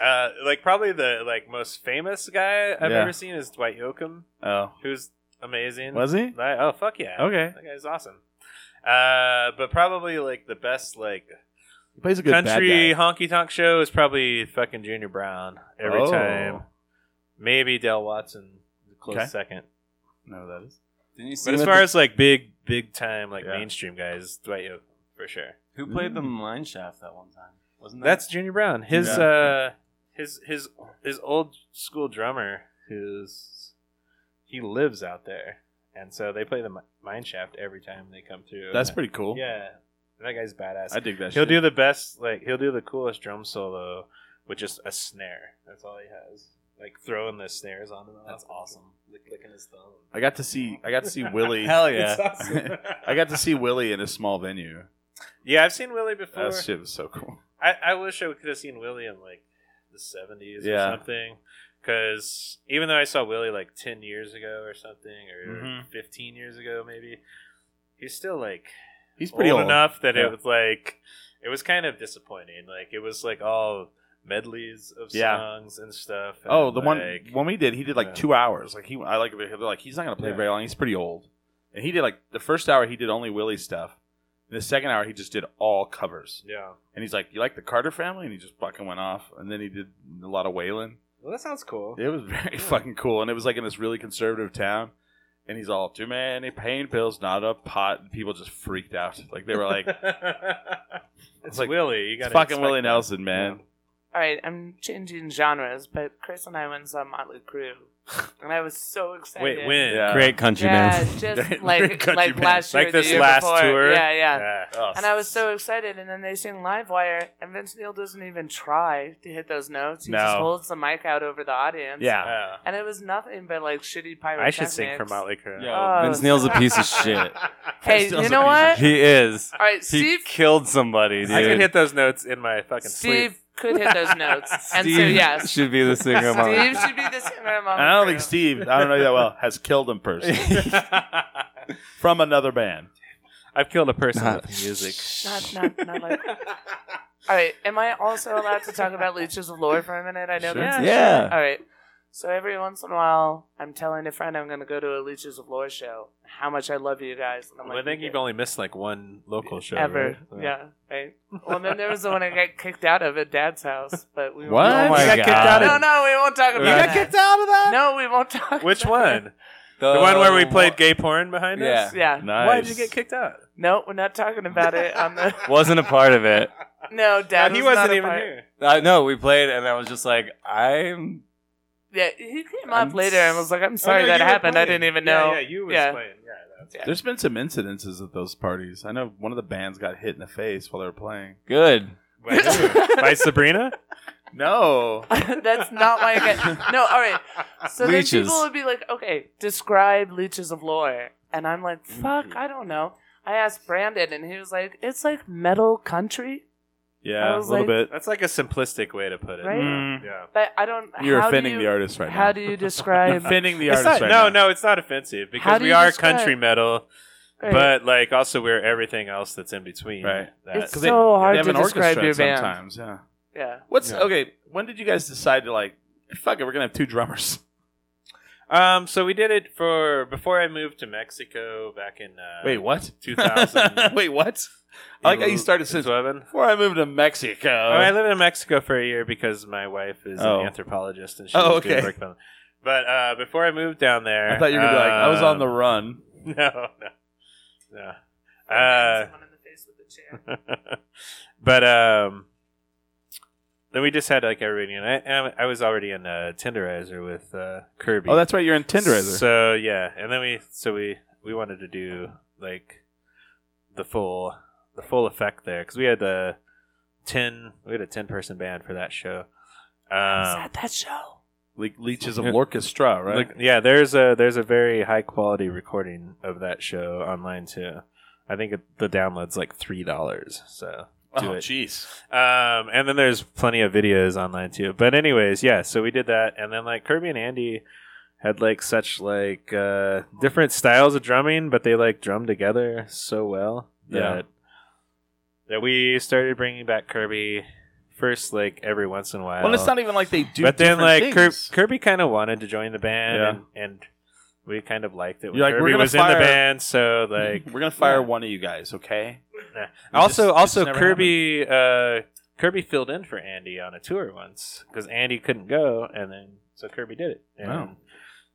uh, like probably the like most famous guy I've Yeah. ever seen is Dwight Yoakam, Oh, who's amazing. was he? Right? oh fuck yeah! Okay. that guy's awesome. Uh, but probably like the best like He plays a good bad country guy. honky tonk show is probably fucking Junior Brown every Oh. time. Maybe Dell Watson, a close Okay. second. No, that is. Didn't you see But as him at far the- as like big, big time, like Yeah. mainstream guys, Dwight Yoakam for sure. who played the mine shaft that one time? Wasn't that That's Junior Brown. His Yeah. uh, his his his old school drummer, who's he lives out there, and so they play the Mi- mine shaft every time they come through. That's pretty cool. Yeah, that guy's badass. I dig that. he'll shit. do the best. Like he'll do the coolest drum solo with just a snare. That's all he has. Like throwing the snares on and off. That's awesome. Like licking his thumb. I got to see. I got to see Willie. hell It's yeah? awesome. I got to see Willie in a small venue. yeah, I've seen Willie before. That shit was so cool. I, I wish I could have seen Willie in like the seventies Yeah. or something. Because even though I saw Willie like ten years ago or something, or Mhm. fifteen years ago maybe, he's still like He's pretty old, enough that Yeah. it was like it was kind of disappointing. Like it was like all medleys of Yeah. songs and stuff. and, Oh, the one like, when we did, he did like Yeah. two hours. Like he, I like they're like he's not gonna play Yeah. very long. He's pretty old, and he did like the first hour he did only Willie stuff. And the second hour he just did all covers, yeah. and he's like, "You like the Carter Family?" And he just fucking went off. And then he did a lot of Waylon. Well, that sounds cool. It was very fucking cool, and it was like in this really conservative town. And he's all too many pain pills, not a pot. And people just freaked out. Like they were like, it's like, Willie. You got "It's fucking Willie Nelson, man." All right, I'm changing genres, but Chris and I went and saw Motley Crue, and I was so excited. Wait, when? Yeah. Great country Yeah, band. just Great like country like band. last year, Like the this year last before. tour? Yeah, yeah, Yeah. Oh, And I was so excited, and then they sing Livewire, and Vince Neil doesn't even try to hit those notes. He just No. holds the mic out over the audience. Yeah. Yeah. and it was nothing but like shitty I pyrotechnics. should sing for Motley Crue. Yo, Oh. Vince Neil's a piece of shit. Hey, you know what? He is. All right, He Steve. killed somebody, dude. I can hit those notes in my fucking Steve sleep. could hit those notes, and so Steve yes, should be the singer. of Motley Steve should be the singer. of Motley And I don't Crue. think Steve, I don't know you that well, has killed him personally I've from another band. killed a person Not- with music. Not, not, not like. All right. Am I also allowed to talk about leeches of lore for a minute? I know Sure. that's Yeah. All right. So every once in a while, I'm telling a friend I'm going to go to a leeches of lore show. How much I love you guys. And I'm Well, I like, think "You you've only missed like one local show. ever. right? Yeah. Right. Well, then there was the one I got kicked out of at Dad's house, but we won't- What? Oh You my got kicked God. out of- No, no, we won't talk about You got that. kicked out of that? No, we won't talk. Which about one? The one where we played gay porn behind Yeah. us? it. Yeah. Nice. Why did you get kicked out? No, we're not talking about it on the. Wasn't a part of it. No, Dad. he was not wasn't a even part- here. I know we played, and I was just like, I'm. Yeah, he came I'm up later and was like, "I'm sorry Oh, no, that you were happened. I playing. didn't even Yeah, know." Yeah, you was Yeah. playing. Yeah, that's There's been some incidences at those parties. I know one of the bands got hit in the face while they were playing. Good. By, by Sabrina? No. That's not why I got. No, all right. So then Leeches. people would be like, okay, describe leeches of lore. And I'm like, Mm-hmm. fuck, I don't know. I asked Brandon, and he was like, it's like metal country, Yeah, I a was little bit. That's like a Mm. simplistic way to put it. right? Yeah. But I don't. You're how do offending you- the artist right now. How do you describe. offending the It's artist not, right no, now. no, it's not offensive because How do we you are describe- country metal, Right. but like also we're everything else that's in between. Right. That. It's 'Cause so hard they have to an describe orchestra your band. sometimes. Yeah. yeah. What's okay? When did you guys decide to like? Fuck it, we're gonna have two drummers. Um, so we did it for before I moved to Mexico back in uh, Wait, what? 2000. Wait, what? I like how you started since 2011. before I moved to Mexico. Oh, I lived in Mexico for a year because my wife is Oh. an anthropologist and she Oh, was doing okay. work from- But uh, before I moved down there, I thought you were gonna be like, I was on the um, run. no, no, no. Uh, Someone in the face with a chair. but um, then we just had like a reunion. I, and I was already in uh, Tenderizer with uh, Kirby. Oh, that's right. You're in Tenderizer. So yeah, and then we so we we wanted to do like the full the full effect there because we had the ten we had a ten person band for that show, Is Um, that that show? Like Leeches of Yeah. Orchestra, right? look- yeah, there's a there's a very high quality recording of that show online too. I think it, the download's like three dollars. So do oh, it. jeez. Um, and then there's plenty of videos online too. But anyways, yeah. So we did that, and then like Kirby and Andy had like such like uh, different styles of drumming, but they like drum together so well that Yeah. that we started bringing back Kirby first like every once in a while. Well, it's not even like they do. Oh. but then like different Kir- things. Kirby kind of wanted to join the band, Yeah. and, and we kind of liked it. when You're like, "We're Kirby gonna was in fire- Mm-hmm. the band, so like we're gonna fire one of you guys, okay? Nah. It just- Also, it just also never Kirby uh, Kirby filled in for Andy on a tour once because Andy couldn't go, and then so Kirby did it. And Wow.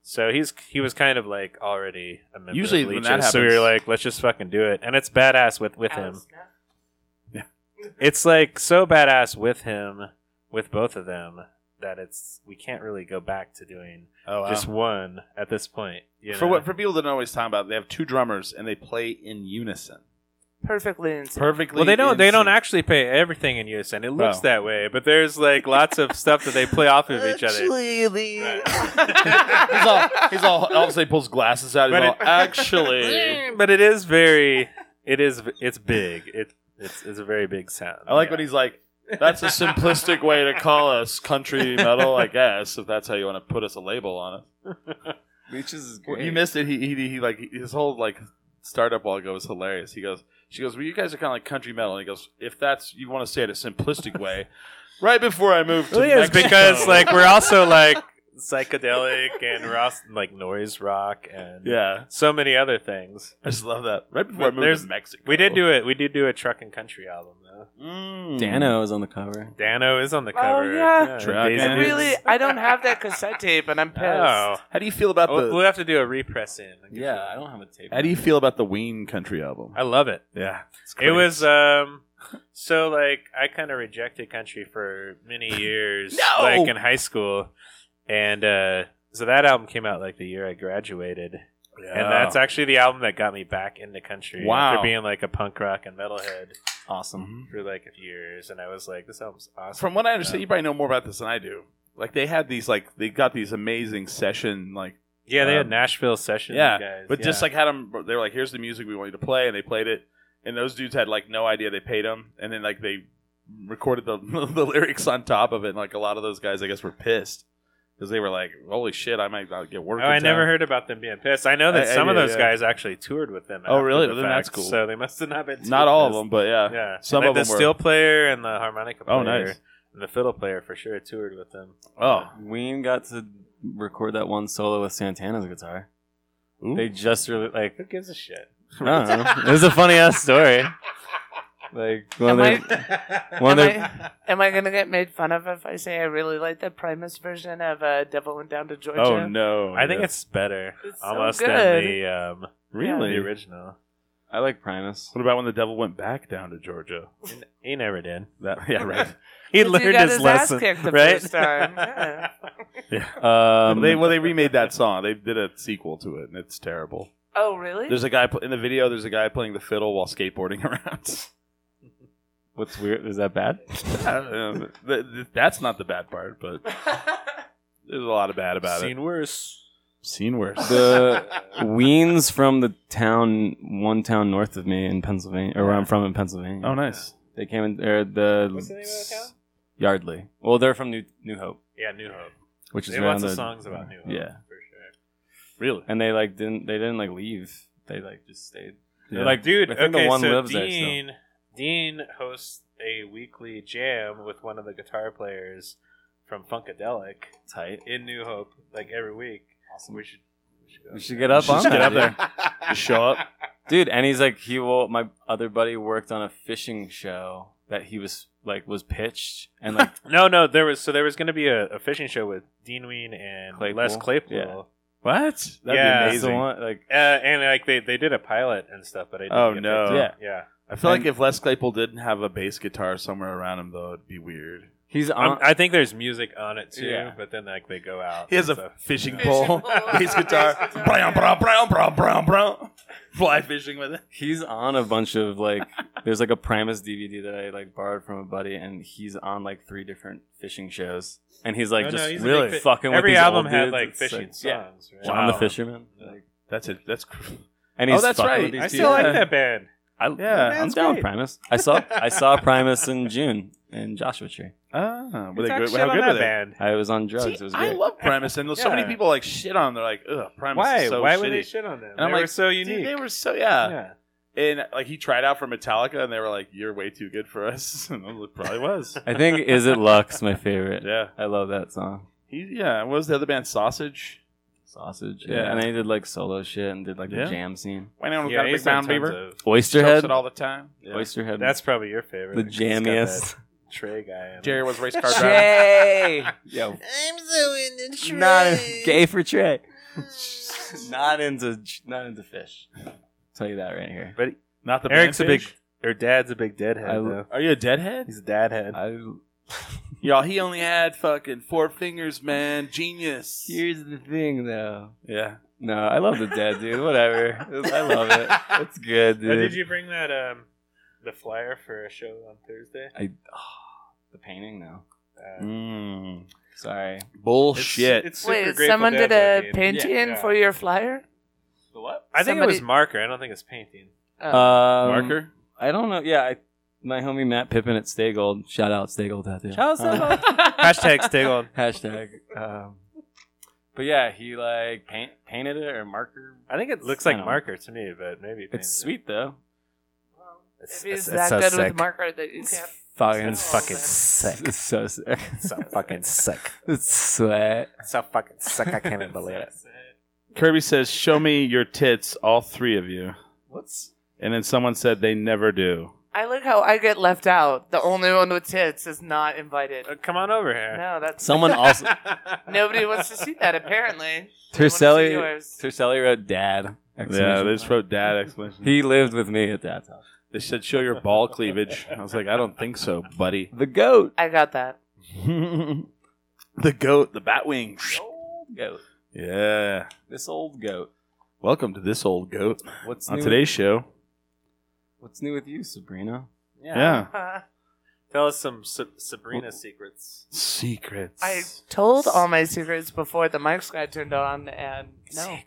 So he's he was kind of like already a member. Usually of when Leeches, that so we were happens- like, let's just fucking do it, and it's badass with with him. It's like so badass with him, with both of them that it's we can't really go back to doing Oh, wow. just one at this point. you for know? what for people that don't know what he's talking about, they have two drummers and they play in unison, Perfectly insane. perfectly. Well, they don't. They don't in sync. actually play everything in unison. It looks No. that way, but there's like lots of stuff that they play off of each other. he's all. He's all. Obviously, pulls glasses out. He's But all, it- actually, but it is very. It is. It's big. It. It's, it's a very big sound. I like Yeah. when he's like, "That's a simplistic way to call us country metal, I guess, if that's how you want to put us a label on Leeches is it." You missed it. He, he, he like his whole like startup while ago was hilarious. He goes, "She goes, well, you guys are kind of like country metal." And he goes, "If that's you want to say it a simplistic way." Right before I moved to Well, yeah, it's Mexico. because like we're also like psychedelic and we're also, like noise rock and yeah, so many other things. I just love that. Right before I But moved there's- to Mexico, We did do it. We did do a truck and country album though. Mm. Dano is on the cover. Dano is on the Oh, cover. yeah. Truck Daisy and- Dukes. Really, I don't have that cassette tape, and I'm pissed. Oh. How do you feel about We'll, we'll the? have to do a repress in. Yeah, I don't have a tape. How do you feel about the Ween country album? I love it. Yeah, It was um so like I kind of rejected country for many years, No! like in high school, and uh, so that album came out like the year I graduated, and that's actually the album that got me back into country. Oh. Wow. after being like a punk rock and metalhead Awesome. for like a few years, and I was like, this album's awesome. from what I understand. Um, You probably know more about this than I do. Like they had these like they got these amazing session like yeah, they had um, Nashville session, yeah, guys, but just yeah. like had them. They were like, "Here's the music we want you to play," and they played it. And those dudes had like no idea they paid them, and then like they recorded the the lyrics on top of it. And like a lot of those guys, I guess, were pissed because they were like, "Holy shit, I might not get work." Oh, in I never town." heard about them being pissed. I know that I- I some of did, those yeah. guys actually toured with them. Oh, after really? the Then that's fact, cool. So they must have not been. too Not all of pissed. them, but yeah, Yeah, some Like of them the were. steel player and the harmonica player. Oh, nice. And the fiddle player for sure toured with them. oh, Ween got to record that one solo with Santana's guitar. Ooh. They just really like. Who gives a shit? I don't know. It was a funny ass story. Like one of Am their, one of am, their, I, am I gonna get made fun of if I say I really like the Primus version of uh, "Devil Went Down to Georgia"? oh no, I think Yeah. it's better It's so almost good. than the um, Really? the original. I like Primus. What about when the devil went back down to Georgia? He never did. That yeah, right. He 'Cause learned got his, lesson, ass kicked the right? first time. Yeah. Um, they well they remade that song. They did a sequel to it, and it's terrible. Oh really? There's a guy pl- in the video. There's a guy playing the fiddle while skateboarding around. what's weird? Is that bad? I don't know. Th- th- That's not the bad part, but there's a lot of bad about it. Seen worse. Seen worse. the Weens from the town, one town north of me in Pennsylvania, or where I'm from in Pennsylvania. oh, nice. They came in. Or the What's the name of the town? Yardley. Well, they're from New New Hope, Yeah, New Hope. which is They around lots of the- songs about New Hope. Yeah, for sure. Really? and they like didn't they didn't like leave. They like just stayed. Yeah. They're like, Dude, I think okay, the one so lives there. still. Dean, Dean hosts a weekly jam with one of the guitar players from Funkadelic. tight. in New Hope like every week. We should we should go. We should get up on Just get that, up there. Just show up. dude. And he's like, he will. My other buddy worked on a fishing show that he was like was pitched and like No, no, there was so there was going to be a, a fishing show with Dean Ween and Claypool. Les Claypool. Yeah. What? That'd Yeah, be that's the amazing. one, like Uh, and like they, they did a pilot and stuff, but I didn't Oh, get no. picked up. Yeah. yeah. I feel like And- if Les Claypool didn't have a bass guitar somewhere around him, though, it'd be weird. He's I'm- on. I think there's music on it too, Uh-huh. Yeah. but then like they go out. He has and a stuff. fishing pole, bass guitar, brown, brown, brown, brown, brown, brown. Fly fishing with it. he's on a bunch of like. there's like a Primus DVD that I like borrowed from a buddy, and he's on like three different fishing shows, and he's like Oh, No, no, just he's a big really fi- fucking. Every with these album old had dudes. like It's, like, fishing yeah. songs. Right? John the Fisherman. Like, That's it. That's cr- and Oh, he's that's fucking right. with these I people. still like that band. I, Yeah, I'm that's down with great. Primus. I saw I saw Primus in June in Joshua Tree. ah. Were It's they not good? shit How on good that were they? band. I was on drugs. it See, was I great. love Primus, and so many Yeah. people like shit on. They're like, "Ugh, Primus Why? is so Why shitty." would they shit on them? and I'm they like, were so "Dude, unique. they were so yeah. yeah. And like he tried out for Metallica, and they were like, "You're way too good for us." And I was like, probably was. I think Is It Lux my favorite. yeah. I love that song. He yeah. What was the other band? Sausage. Sausage. Yeah. Yeah. And then he did like solo shit and did like Yeah. the jam scene. Went out and Yeah, got a he's big done bound tons beaver. of- Chokes it Oysterhead. all the time. Yeah. Oysterhead. That's probably your favorite. the He's got that jammiest. Trey guy. in Jerry him. was race car driver. Yo. I'm so into Trey. Not in, gay for Trey. not into not into fish. Tell you that right here. But Not the Eric's a big. Bandfish? Or dad's a big deadhead. I- though. Are you a deadhead? He's a dadhead. I Y'all, he only had fucking four fingers, man. Genius. Here's the thing though. Yeah. No, I love the dead dude. Whatever. I love it. It's good, dude. Uh, did you bring that um the flyer for a show on Thursday? I the painting now. Uh, Mm. Sorry. Bullshit. It's, it's super Wait, Grateful someone Dead did a looking. painting Yeah. for your flyer? The what? I think it was somebody- marker. I don't think it's painting. Oh. Um, Marker. Marker. I don't know. Yeah, I, my homie Matt Pippin at Stay Gold. Shout out Stay Gold Tattoo. Uh, Hashtag stay gold. hashtag. Um, but yeah, he like paint, painted it or marker. I think it looks I like don't- marker to me, but maybe painted. It's sweet though. It's, If he's it's- that it's so good sick. with marker that you It's can't. fucking, It's fucking sick. It's so sick. It's so fucking sick. it's sweat. It's so fucking sick. I can't even believe it. Kirby says, "Show me your tits, all three of you." What's And then someone said, "They never do." I like how I get left out. The only one with tits is not invited. Uh, come on over here. No, that's someone also? nobody wants to see that. Apparently, They wanna see Tercelli. yours. Tercelli wrote dad. Yeah, exclamation they just mark. wrote dad explanation. He lived with me at dad's house. They said, "Show your ball cleavage." I was like, "I don't think so, buddy." The goat. I got that. the goat, the bat wing. Old goat. Yeah. This old goat. Welcome to this old goat. What's On new today's show, What's new with you, Sabrina? yeah, Tell us some Sa- Sabrina secrets. secrets. I told all my secrets before the mics got turned on, and no,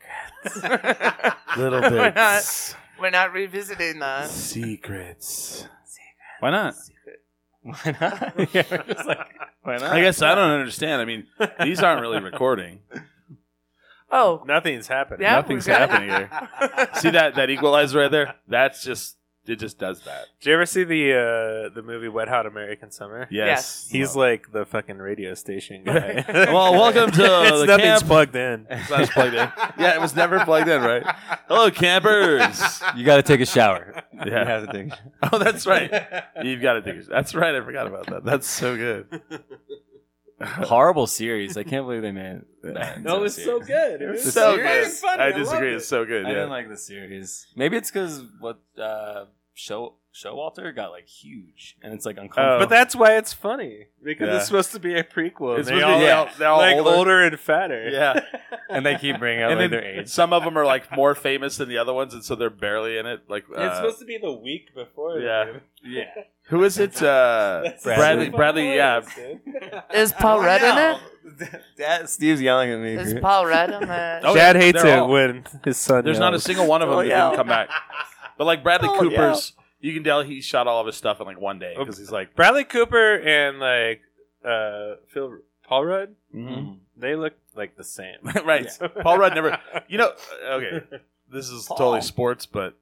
Little We're bits. not- Uh, we're not revisiting that. Secrets. Why not? Why not? yeah, we're just like, why not? I guess I don't understand. I mean, these aren't really recording. Oh, Nothing's happening. Yeah, Nothing's we're good. happening here. See that that equalizer right there? That's just it. Just does that. Did you ever see the uh, the movie Wet Hot American Summer? Yes. He's like the fucking radio station guy. Well, welcome to it's the nothing's camp. plugged in. It's not just plugged in. Yeah, it was never plugged in, right? Hello, campers. You got to take a shower. You Yeah. have to take. A shower. Oh, that's right. You've got to dig. it. That's right. I forgot about that. That's so good. Horrible series. I can't believe they made that. into a series. good. It was so serious? good. I, disagree. It's so good. I Yeah. didn't like the series. Maybe it's because what uh, show Showalter got like huge, and it's like uncomfortable. Oh. But that's why it's funny because Yeah. it's supposed to be a prequel. It's and supposed they to all, be- yeah, they're all like older. older. and fatter. yeah. and they keep bringing out And like then their age. some of them are like more famous than the other ones, and so they're barely in it. Like it's uh, supposed to be the week before. the yeah. movie. Yeah, who is it? Uh, That's Bradley. so Bradley. Yeah. funny, dude. Is Paul Rudd in it? Dad, Steve's yelling at me. Is Paul Rudd in it? Oh, Dad yeah, hates it they're all- when his son. There's not a yells. single one of them Oh, that yeah. didn't come back. But like Bradley Oh, Cooper's, you can tell he shot all of his stuff in like one day because he's like, Oh, Bradley Cooper and like uh, Phil Paul Rudd. They look like the same. Mm-hmm. right. Paul Rudd never. You know. uh, Okay. This is totally sports, but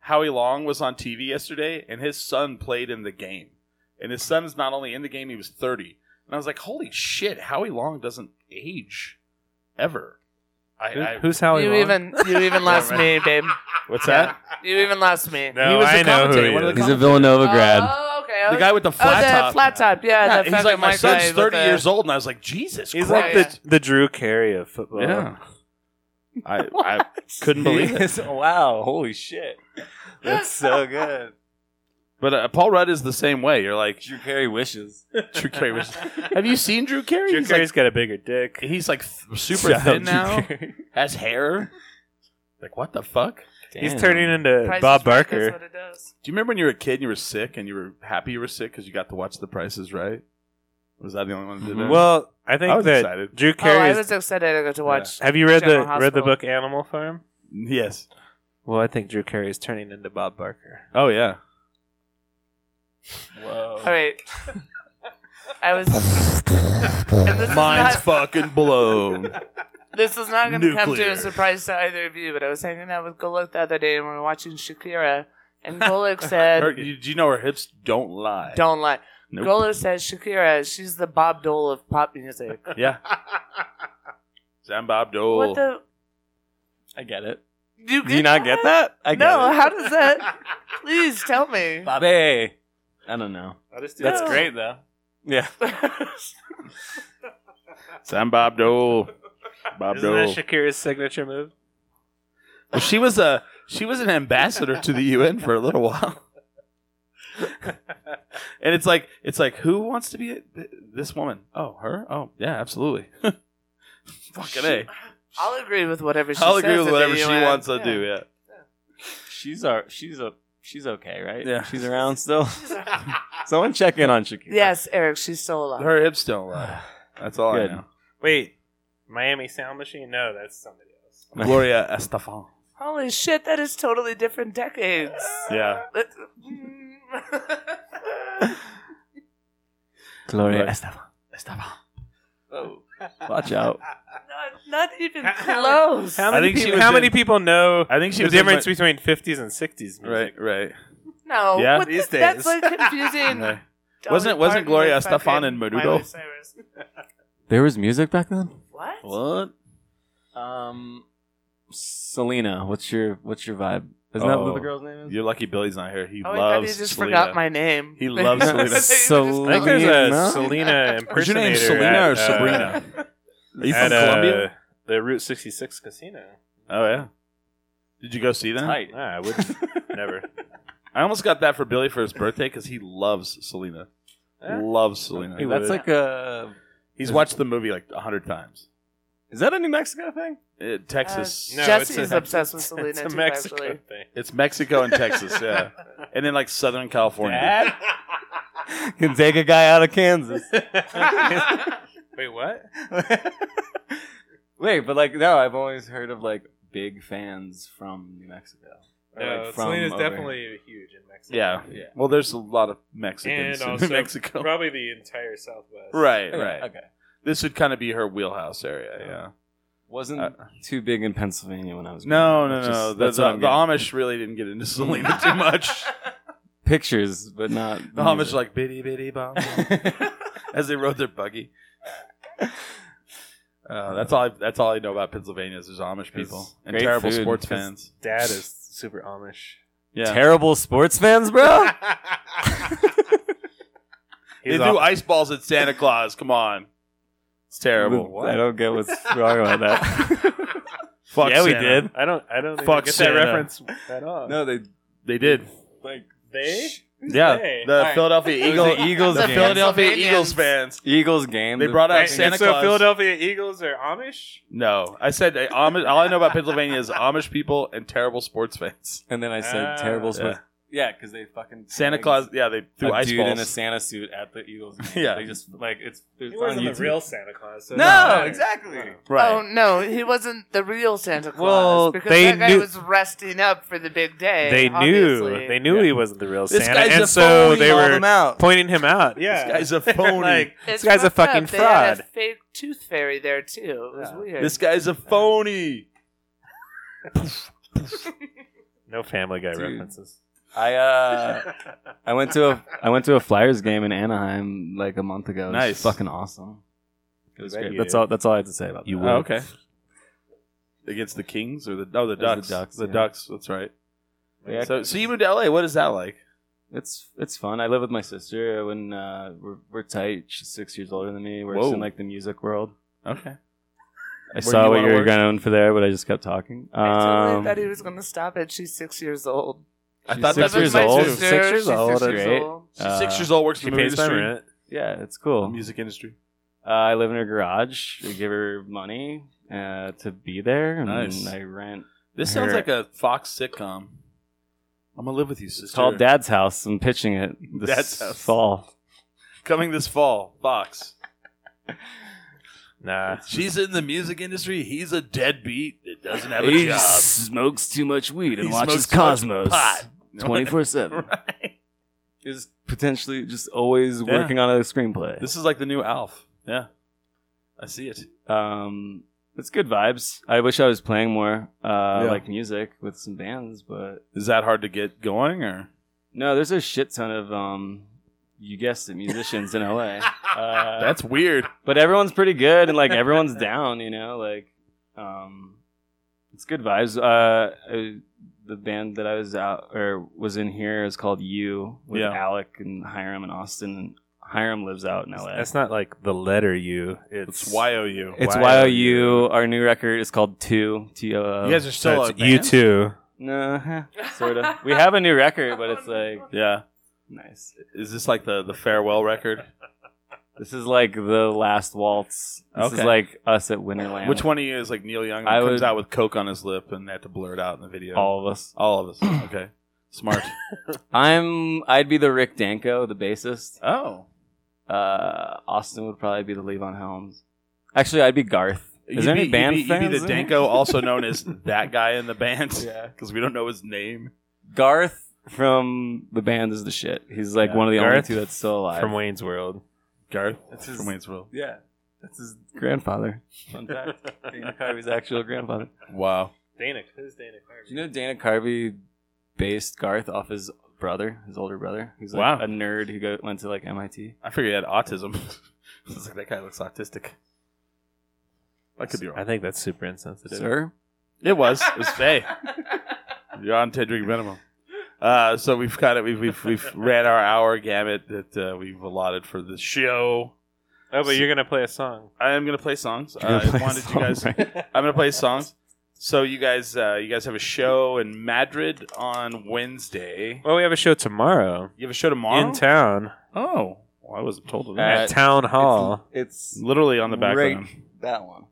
Howie Long was on TV yesterday, and his son played in the game. And his son is not only in the game; he was 30. And I was like, "Holy shit! Howie Long doesn't age ever." I, Who- I who's Oh, Howie? You Long? even you even lost me, babe. what's that? You even lost me. No, He was the I know who commentator, he one of is. the He's a Villanova grad. Oh, okay. The guy with the oh, flat the top. flat top. Yeah, Yeah, that he's fucking like, my white guy son's with 30 the- years old, and I was like, Jesus He's Christ. like the the Drew Carey of football. yeah. I, I couldn't believe it. wow, holy shit. That's so good. But uh, Paul Rudd is the same way. You're like Drew Carey wishes. Drew Carey was. Have you seen Drew Carey? Drew he's Carey's like, got a bigger dick. he's like th- super Shout out thin Drew now. Has hair. Like what the fuck? He's Damn. turning into Price Bob is Right, that's Barker. what it does. Do you remember when you were a kid and you were sick and you were happy you were sick because you got to watch The Prices Right? Was that the only one that did Mm-hmm. that? Well, I think I was that excited. Oh, Drew I Carey. is- was excited to go to watch. have you read the General read Hospital. the book Animal Farm? Mm, yes. Well, I think Drew Carey is turning into Bob Barker. Oh yeah. All right. I was. And this, Mine's is not, fucking blown. this is not going to come to nuclear. a surprise to either of you, but I was hanging out with Golok the other day and we were watching Shakira, and Golok Her, said, you, do you know her hips don't lie? "Don't lie." Nope. Golok says Shakira, she's the Bob Dole of pop music. Yeah. Sam Bob Dole. What the? I get it. Do you, Do you not get that? I get no, it. how does that? Please tell me. Bobby. I don't know. That's No. great, though. Yeah. Sam Bob Dole. Bob Isn't Dole. that Shakira's signature move? Well, she was a she was an ambassador to the UN for a little while. and it's like it's like who wants to be a, this woman? Oh, her? Oh, yeah, absolutely. Fucking a. I'll agree with whatever she I'll says. agree at with the whatever she UN. wants to do. Yeah. She's our she's a she's okay, right? Yeah. She's around still. Someone check in on Shakira. Yes, Eric, she's still alive. Her hips don't lie. That's all Good. I know. Wait, Miami Sound Machine? No, that's somebody else. Gloria Estefan. Holy shit, that is totally different decades. Yeah. That- Gloria Right. Estefan. Estefan. Oh. Watch out. not, not even close. How I many, think she people, was how in- many people know I think she the was in difference my- between 50s and 60s music? Right, right. no, Yeah, what these the- that's days. like confusing. Right. Dolly Wasn't- wasn't Parton Gloria with fucking Estefan and Menudo? Miley Cyrus. There was music back then? What? What? Um Selena, what's your what's your vibe? Isn't that what the Oh. girl's name is? You're lucky Billy's not here. He oh, I thought you loves just Selena. forgot my name. He loves They Selena. just I think Selena. called- there's a No? Selena Is your impersonator. name Selena at, or uh, Sabrina? Are you at, from Colombia? uh, the Route 66 casino. Oh yeah. Did you go see that? Tight. Nah, I wouldn't. never. I almost got that for Billy for his birthday because he loves Selena. Yeah. Loves Selena. He That's would. like a He's watched the movie like a hundred times. Is that a New Mexico thing? Uh, Texas. No, Jesse it's is a- obsessed with Selena It's a too, Mexico actually. thing. It's Mexico and Texas, yeah. And then like Southern California. Can take a guy out of Kansas. Wait, what? Wait, but like no, I've always heard of like big fans from New Mexico. Or, No, like, from Selena's over- definitely huge in Mexico. Yeah. Yeah. Well, there's a lot of Mexicans And in also Mexico. probably the entire Southwest. Right, Okay, right. Okay. This would kind of be her wheelhouse area, yeah. Wasn't Uh, too big in Pennsylvania when I was No, growing no, up. no. Just- the, that's the, what I'm the getting. Amish really didn't get into Selena too much. pictures, but not The Amish like bitty bitty bomb as they rode their buggy. Uh, that's all. I, that's all I know about Pennsylvania is there's Amish people and great terrible food, sports 'cause- fans. Dad is super Amish. Yeah, terrible sports fans, bro. they He's threw off- ice balls at Santa Claus. Come on, it's terrible. I don't get what's wrong about that. Fuck yeah, we Santa. did. I don't. I don't even Fuck get Santa. that reference at all. No, they They did. like They? Yeah, Hey. the Philadelphia It was Eagles. the Eagles The game. Philadelphia Pennsylvanians. Eagles fans. Eagles game. They the- brought out Wait, Santa and so Claus. Philadelphia Eagles are Amish. No, I said uh, Amish. All I know about Pennsylvania is Amish people and terrible sports fans. and then I said Ah, terrible sports. yeah. Yeah, because they fucking Santa like, Claus. Yeah, they A threw ice dude balls. in a Santa suit at the Eagles. game. Yeah. they just like it's. it's He on wasn't the YouTube. real Santa Claus. so it doesn't No, matter. exactly. right. Oh no, he wasn't the real Santa Claus Well, because they that guy knew- was resting up for the big day. They obviously. knew. They knew Yeah. he wasn't the real This Santa, guy's a and so phony. they Call were them out. pointing him out. Yeah, guy's a They're phony. like, It's this guy's a fucked up. fucking They had fraud. a fake tooth fairy there too. It was weird. This guy's a phony. No Family Guy Dude. references. I uh, I went to a I went to a Flyers game in Anaheim like a month ago. It was Nice. fucking awesome. It was bet great. you That's did. all. That's all I had to say about that. Oh, okay. Against the Kings or the no the It Ducks. was the Ducks, The yeah. Ducks, That's right. Yeah. So so you moved to LA. What is that like? It's it's fun. I live with my sister. When uh, we're we're tight, she's six years older than me. Works Whoa. in like the music world. Okay. I Where saw you what wanna you were work? going for there, but I just kept talking. I totally Um, thought he was going to stop it. She's six years old. I She's thought six that was years my old. sister. Six years She's old. six That's years great. old. She's six Uh, years old. Works She in the movie pays my industry. rent. Yeah, it's cool. Music industry. Uh, I live in her garage. I give her money uh, to be there, and Nice. I rent. This Her- sounds like a Fox sitcom. I'm gonna live with you, sister. It's called Dad's House. I'm pitching it this Dad's House. fall. Coming this fall, Fox. Nah. She's in the music industry. He's a deadbeat that doesn't have a He job. smokes too much weed and He watches smokes too much Cosmos pot. twenty four seven. Right. Is potentially just always Yeah. working on a screenplay. This is like the new Alf. Yeah, I see it. um, it's good vibes. I wish I was playing more uh, Yeah. like music with some bands, but Is that hard to get going or? no, there's a shit ton of um, you guessed it, musicians in LA. Uh, That's weird. but everyone's pretty good and like everyone's down you know like um it's good vibes uh I, the band that i was out or was in here is called you with Yeah. alec and hiram and austin hiram lives out in la That's not like the letter U. It's, It's Y O U. it's Y O you our new record is called two t-o You guys are still So it's a U band? two. no sort of we have a new record but it's like Yeah. nice Is this like the the farewell record? this is like the last waltz this is Okay. like us at winterland Which one of you is like Neil Young? I I comes would- out with coke on his lip and they have to blur it out in the video. all of us All of us. Okay. Smart. i'm i'd be the rick danko the bassist oh. uh, Austin would probably be the Levon Helms. Actually, I'd be Garth. Is there any band you'd be, fans? You'd be the in here? Danko, also known as that guy in the band. Yeah. Because we don't know his name. Garth from the band is the shit. He's like Yeah. one of the only Garth two that's still alive. From Wayne's World. Garth That's his- from Waynesville. yeah, that's his grandfather. Fun fact: Dana Carvey's actual grandfather. Wow. Dana. Who's Dana Carvey? Do you know Dana Carvey based Garth off his brother, his older brother? He's like Wow. a nerd who go, went to like MIT. I figured he had autism. I was like, that guy looks autistic. I could be wrong. I think that's super insensitive. Sir, It was. It was Faye. You're on ten drink minimum. Uh, so we've kind of we've we've, we've ran our hour gamut that uh, we've allotted for the show. Oh, but you're gonna play a song. I am gonna play songs. Uh, You're gonna I play a wanted song, you guys. right? I'm gonna play songs. So you guys, uh, you guys have a show in Madrid on Wednesday. Well, we have a show tomorrow You have a show tomorrow in town Oh, well, I wasn't told of Uh, that. at Town Hall. it's Literally on the back right- of them. that one.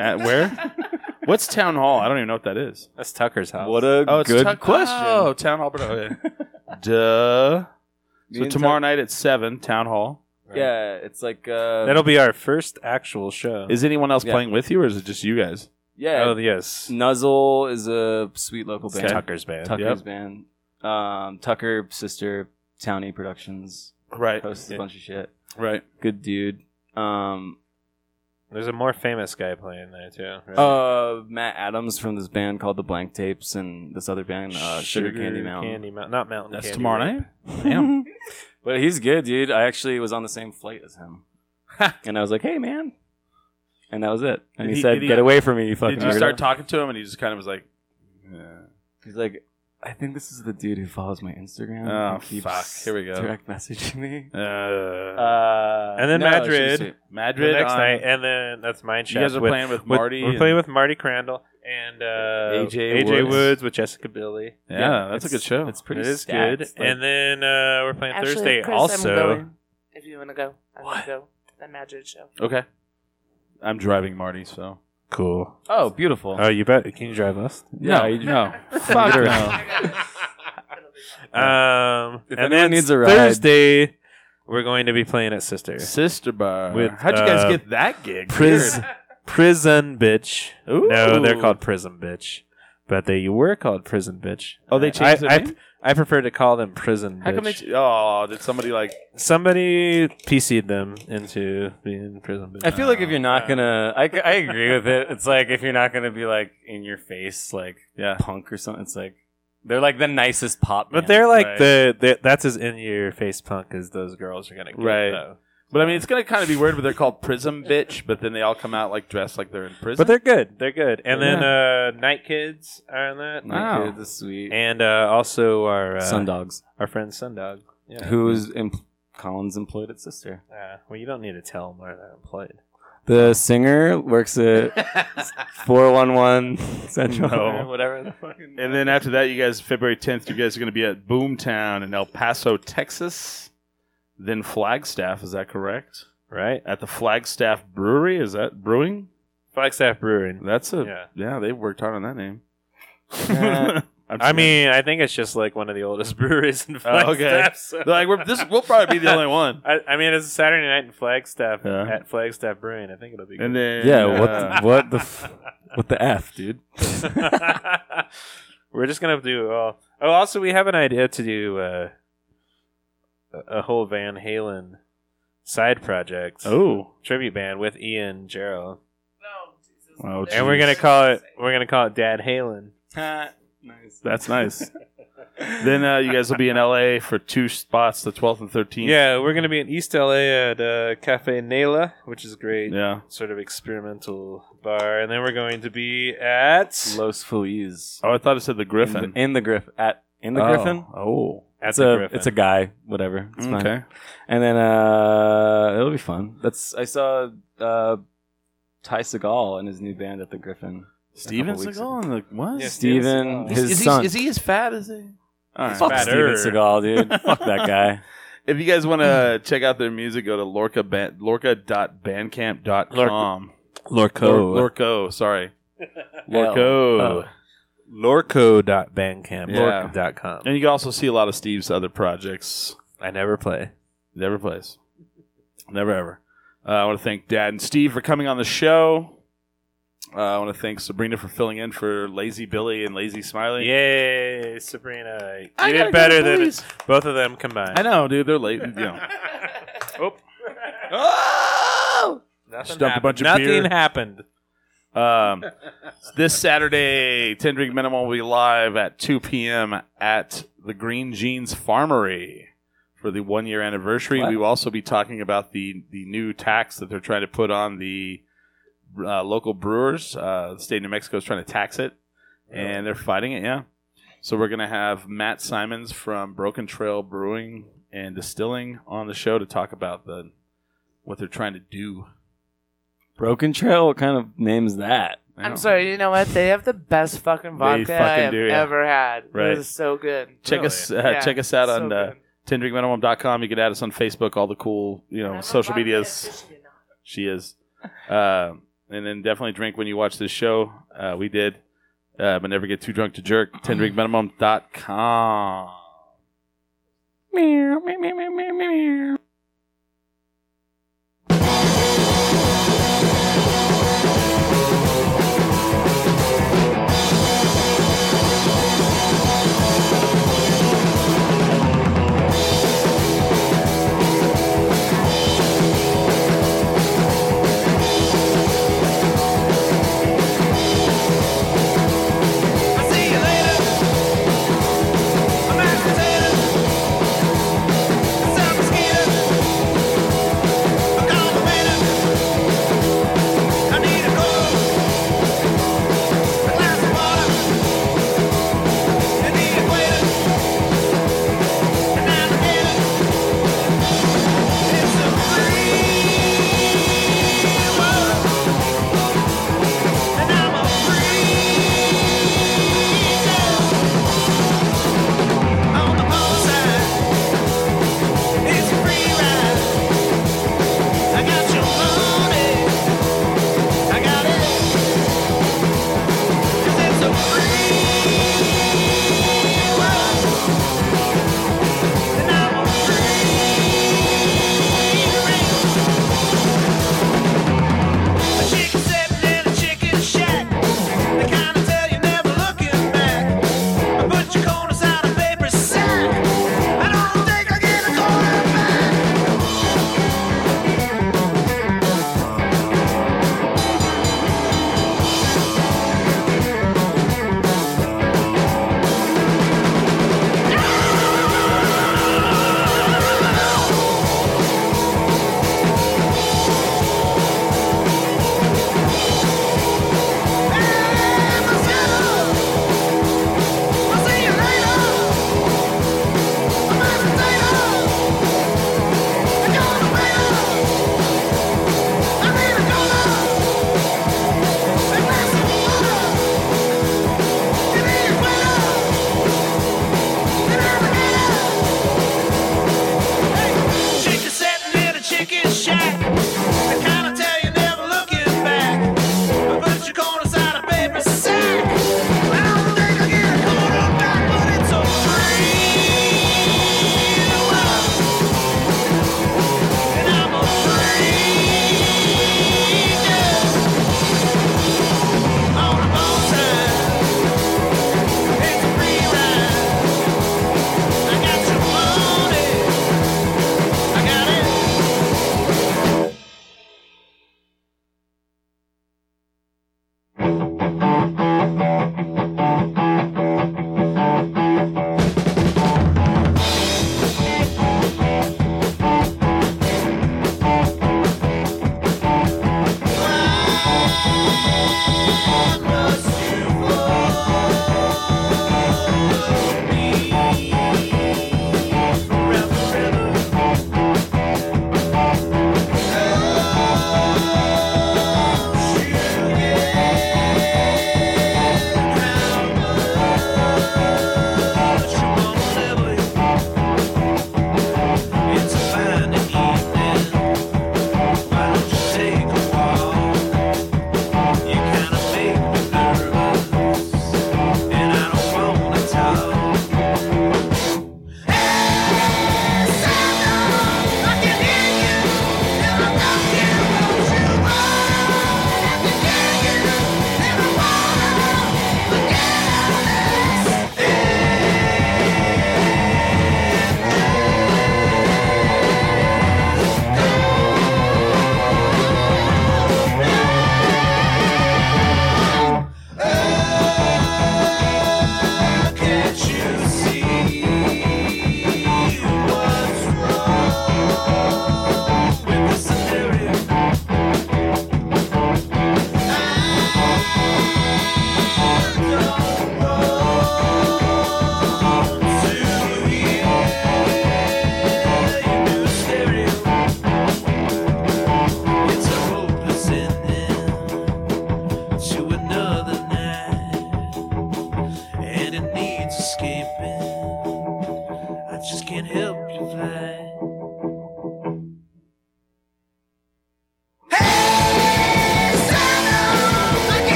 At where? What's Town Hall? I don't even know what that is. That's Tucker's house. What a Oh, it's good Tuck- question. Oh, Town Hall. Okay. Duh. Me So and tomorrow Tuck- night at seven, Town Hall. Yeah, it's like uh, That'll be our first actual show. Is anyone else Yeah. playing with you, or is it just you guys? yeah. oh yes, Nuzzle is a sweet local It's band. Tucker's band. Tucker's Yep. band. Um, Tucker sister Townie Productions Right, hosts a bunch of shit. right. Good dude. Um, There's a more famous guy playing there too. Right? uh, Matt Adams from this band called the Blank Tapes and this other band uh, Sugar, Candy Mountain. Candy Mountain, not Mountain. That's Candy tomorrow Mountain. night. Damn. But he's good, dude. I actually was on the same flight as him, and I was like, "Hey, man," and that was it. Did And he, he- said, did he- "Get away from me, you fucking." Did you weirdo." start talking to him, and he just kind of was like, yeah. He's like, I think this is the dude who follows my Instagram. Oh, and keeps fuck. Here we go. Direct messaging me. Uh, Uh, And then no, Madrid. she was sweet. The Madrid next on- night, and then that's Mine You guys Shaft are with- playing with with- Marty. We're and- playing with Marty Crandall and uh, AJ Woods. with Jessica Billy. Yeah, that's a good it's- show. It's pretty it is stacked. good. Like, and then uh, we're playing Actually, Thursday Chris, I'm also. going, if you want to go, I'm going to go to the Madrid show. Okay. I'm driving Marty, so. Cool. oh, beautiful. Oh, you bet. Can you drive us? no, you- no. fuck no. Um, If and anyone then needs a ride- Thursday, we're going to be playing at Sister Sister Bar. With, How'd you guys uh, get that gig? Pris- Weird. Prison Bitch. Ooh. No, they're called Prison Bitch, but they were called Prison Bitch. Oh, they changed I, their I, name? I prefer to call them Prison. How bitch. come they? ch- Oh, did somebody like? somebody PC'd them into being prison. I feel like if you're not gonna, I, I agree with it. It's like if you're not gonna be like in your face, like Yeah. punk or something. It's like they're like the nicest pop. but bands, they're like right? the, the that's as in your face punk as those girls are gonna get. Right. though. But I mean, it's gonna kind of be weird. But they're called Prism Bitch. But then they all come out like dressed like they're in prison. But they're good. They're good. And then uh, Night Kids are on that. Like, Wow. they're the sweet And uh, also our uh, Sundogs, our friend Sundog. Yeah. who's em- Colin's employed at Sister. Uh, well, you don't need to tell them where they're employed. The singer works at 411 Central, No. or whatever the fucking. And then after that, you guys, February 10th, you guys are going to be at Boomtown in El Paso, Texas. Then Flagstaff, is that correct? right? At the Flagstaff Brewery, is that brewing? Flagstaff Brewing. That's a yeah. Uh, Yeah. they worked hard on that name. I'm I just mean, I think it's just like one of the oldest breweries in kidding. Flagstaff. Oh, okay. so- They're like we're, this, we'll probably be the only one. I, I mean, it's a Saturday night in Flagstaff Yeah. at Flagstaff Brewing. I think it'll be good. And then Yeah, uh, what what the f- what the f, dude? We're just gonna do. Uh, oh, also, we have an idea to do uh, a a whole Van Halen side project, Oh, tribute band with Ian Gerald, oh, and we're gonna call it. We're gonna call it Dad Halen. That's nice. then uh, you guys will be in LA for two spots, the 12th and 13th. Yeah, we're gonna be in East LA at uh, Cafe Nela, which is great. yeah. Sort of experimental bar, and then we're going to be at Los Feliz. Oh, I thought it said the In Griffin. the, in the Griff at in the Oh. Griffin. Oh, at It's the a Griffin. it's a guy, whatever. It's fine. okay. And then uh, it'll be fun. That's I saw uh, Ty Segall and his new band at the Griffin. Steven weeks Seagal and the what? Yeah, Steven, Steven Seagal. his is, son. He, is he as fat as he? All right. Fuck fatter. Steven Seagal, dude. Fuck that guy. If you guys want to check out their music, go to lorca ban- lorca.bandcamp.com. Lorco. Lor- Lorco, sorry. Lorco. L. lorco.bandcamp.com. And you can also see a lot of Steve's other projects. I never play. Never plays. Never ever. Uh, I want to thank Dad and Steve for coming on the show. Uh, I want to thank Sabrina for filling in for Lazy Billy and Lazy Smiley. Yay, Sabrina. You I gotta go, did better than please. both of them combined. I know, Oh, dude. They're late. You know. oh. Oh! Nothing, Just dumped a bunch of Nothing beer. happened. Um, this Saturday, 10 Drink Minimum will be live at 2 p.m. at the Green Jeans Farmery for the one year anniversary. What? We will also be talking about the, the new tax that they're trying to put on the uh, local brewers. Uh, the state of New Mexico is trying to tax it, and they're fighting it, yeah. So we're going to have Matt Simons from Broken Trail Brewing and Distilling on the show to talk about the what they're trying to do. Broken Trail. What kind of name is that? I I'm don't- sorry. You know what? They have the best fucking vodka I fucking have do, yeah. ever had. Right. It was so good. check us uh, Yeah, check us out so on uh, good. tendrinkminimum.com. You can add us on Facebook, all the cool you know social medias. She is, uh, and then definitely drink when you watch this show. Uh, we did, uh, but never get too drunk to jerk. tendrinkminimum.com. Mosquito.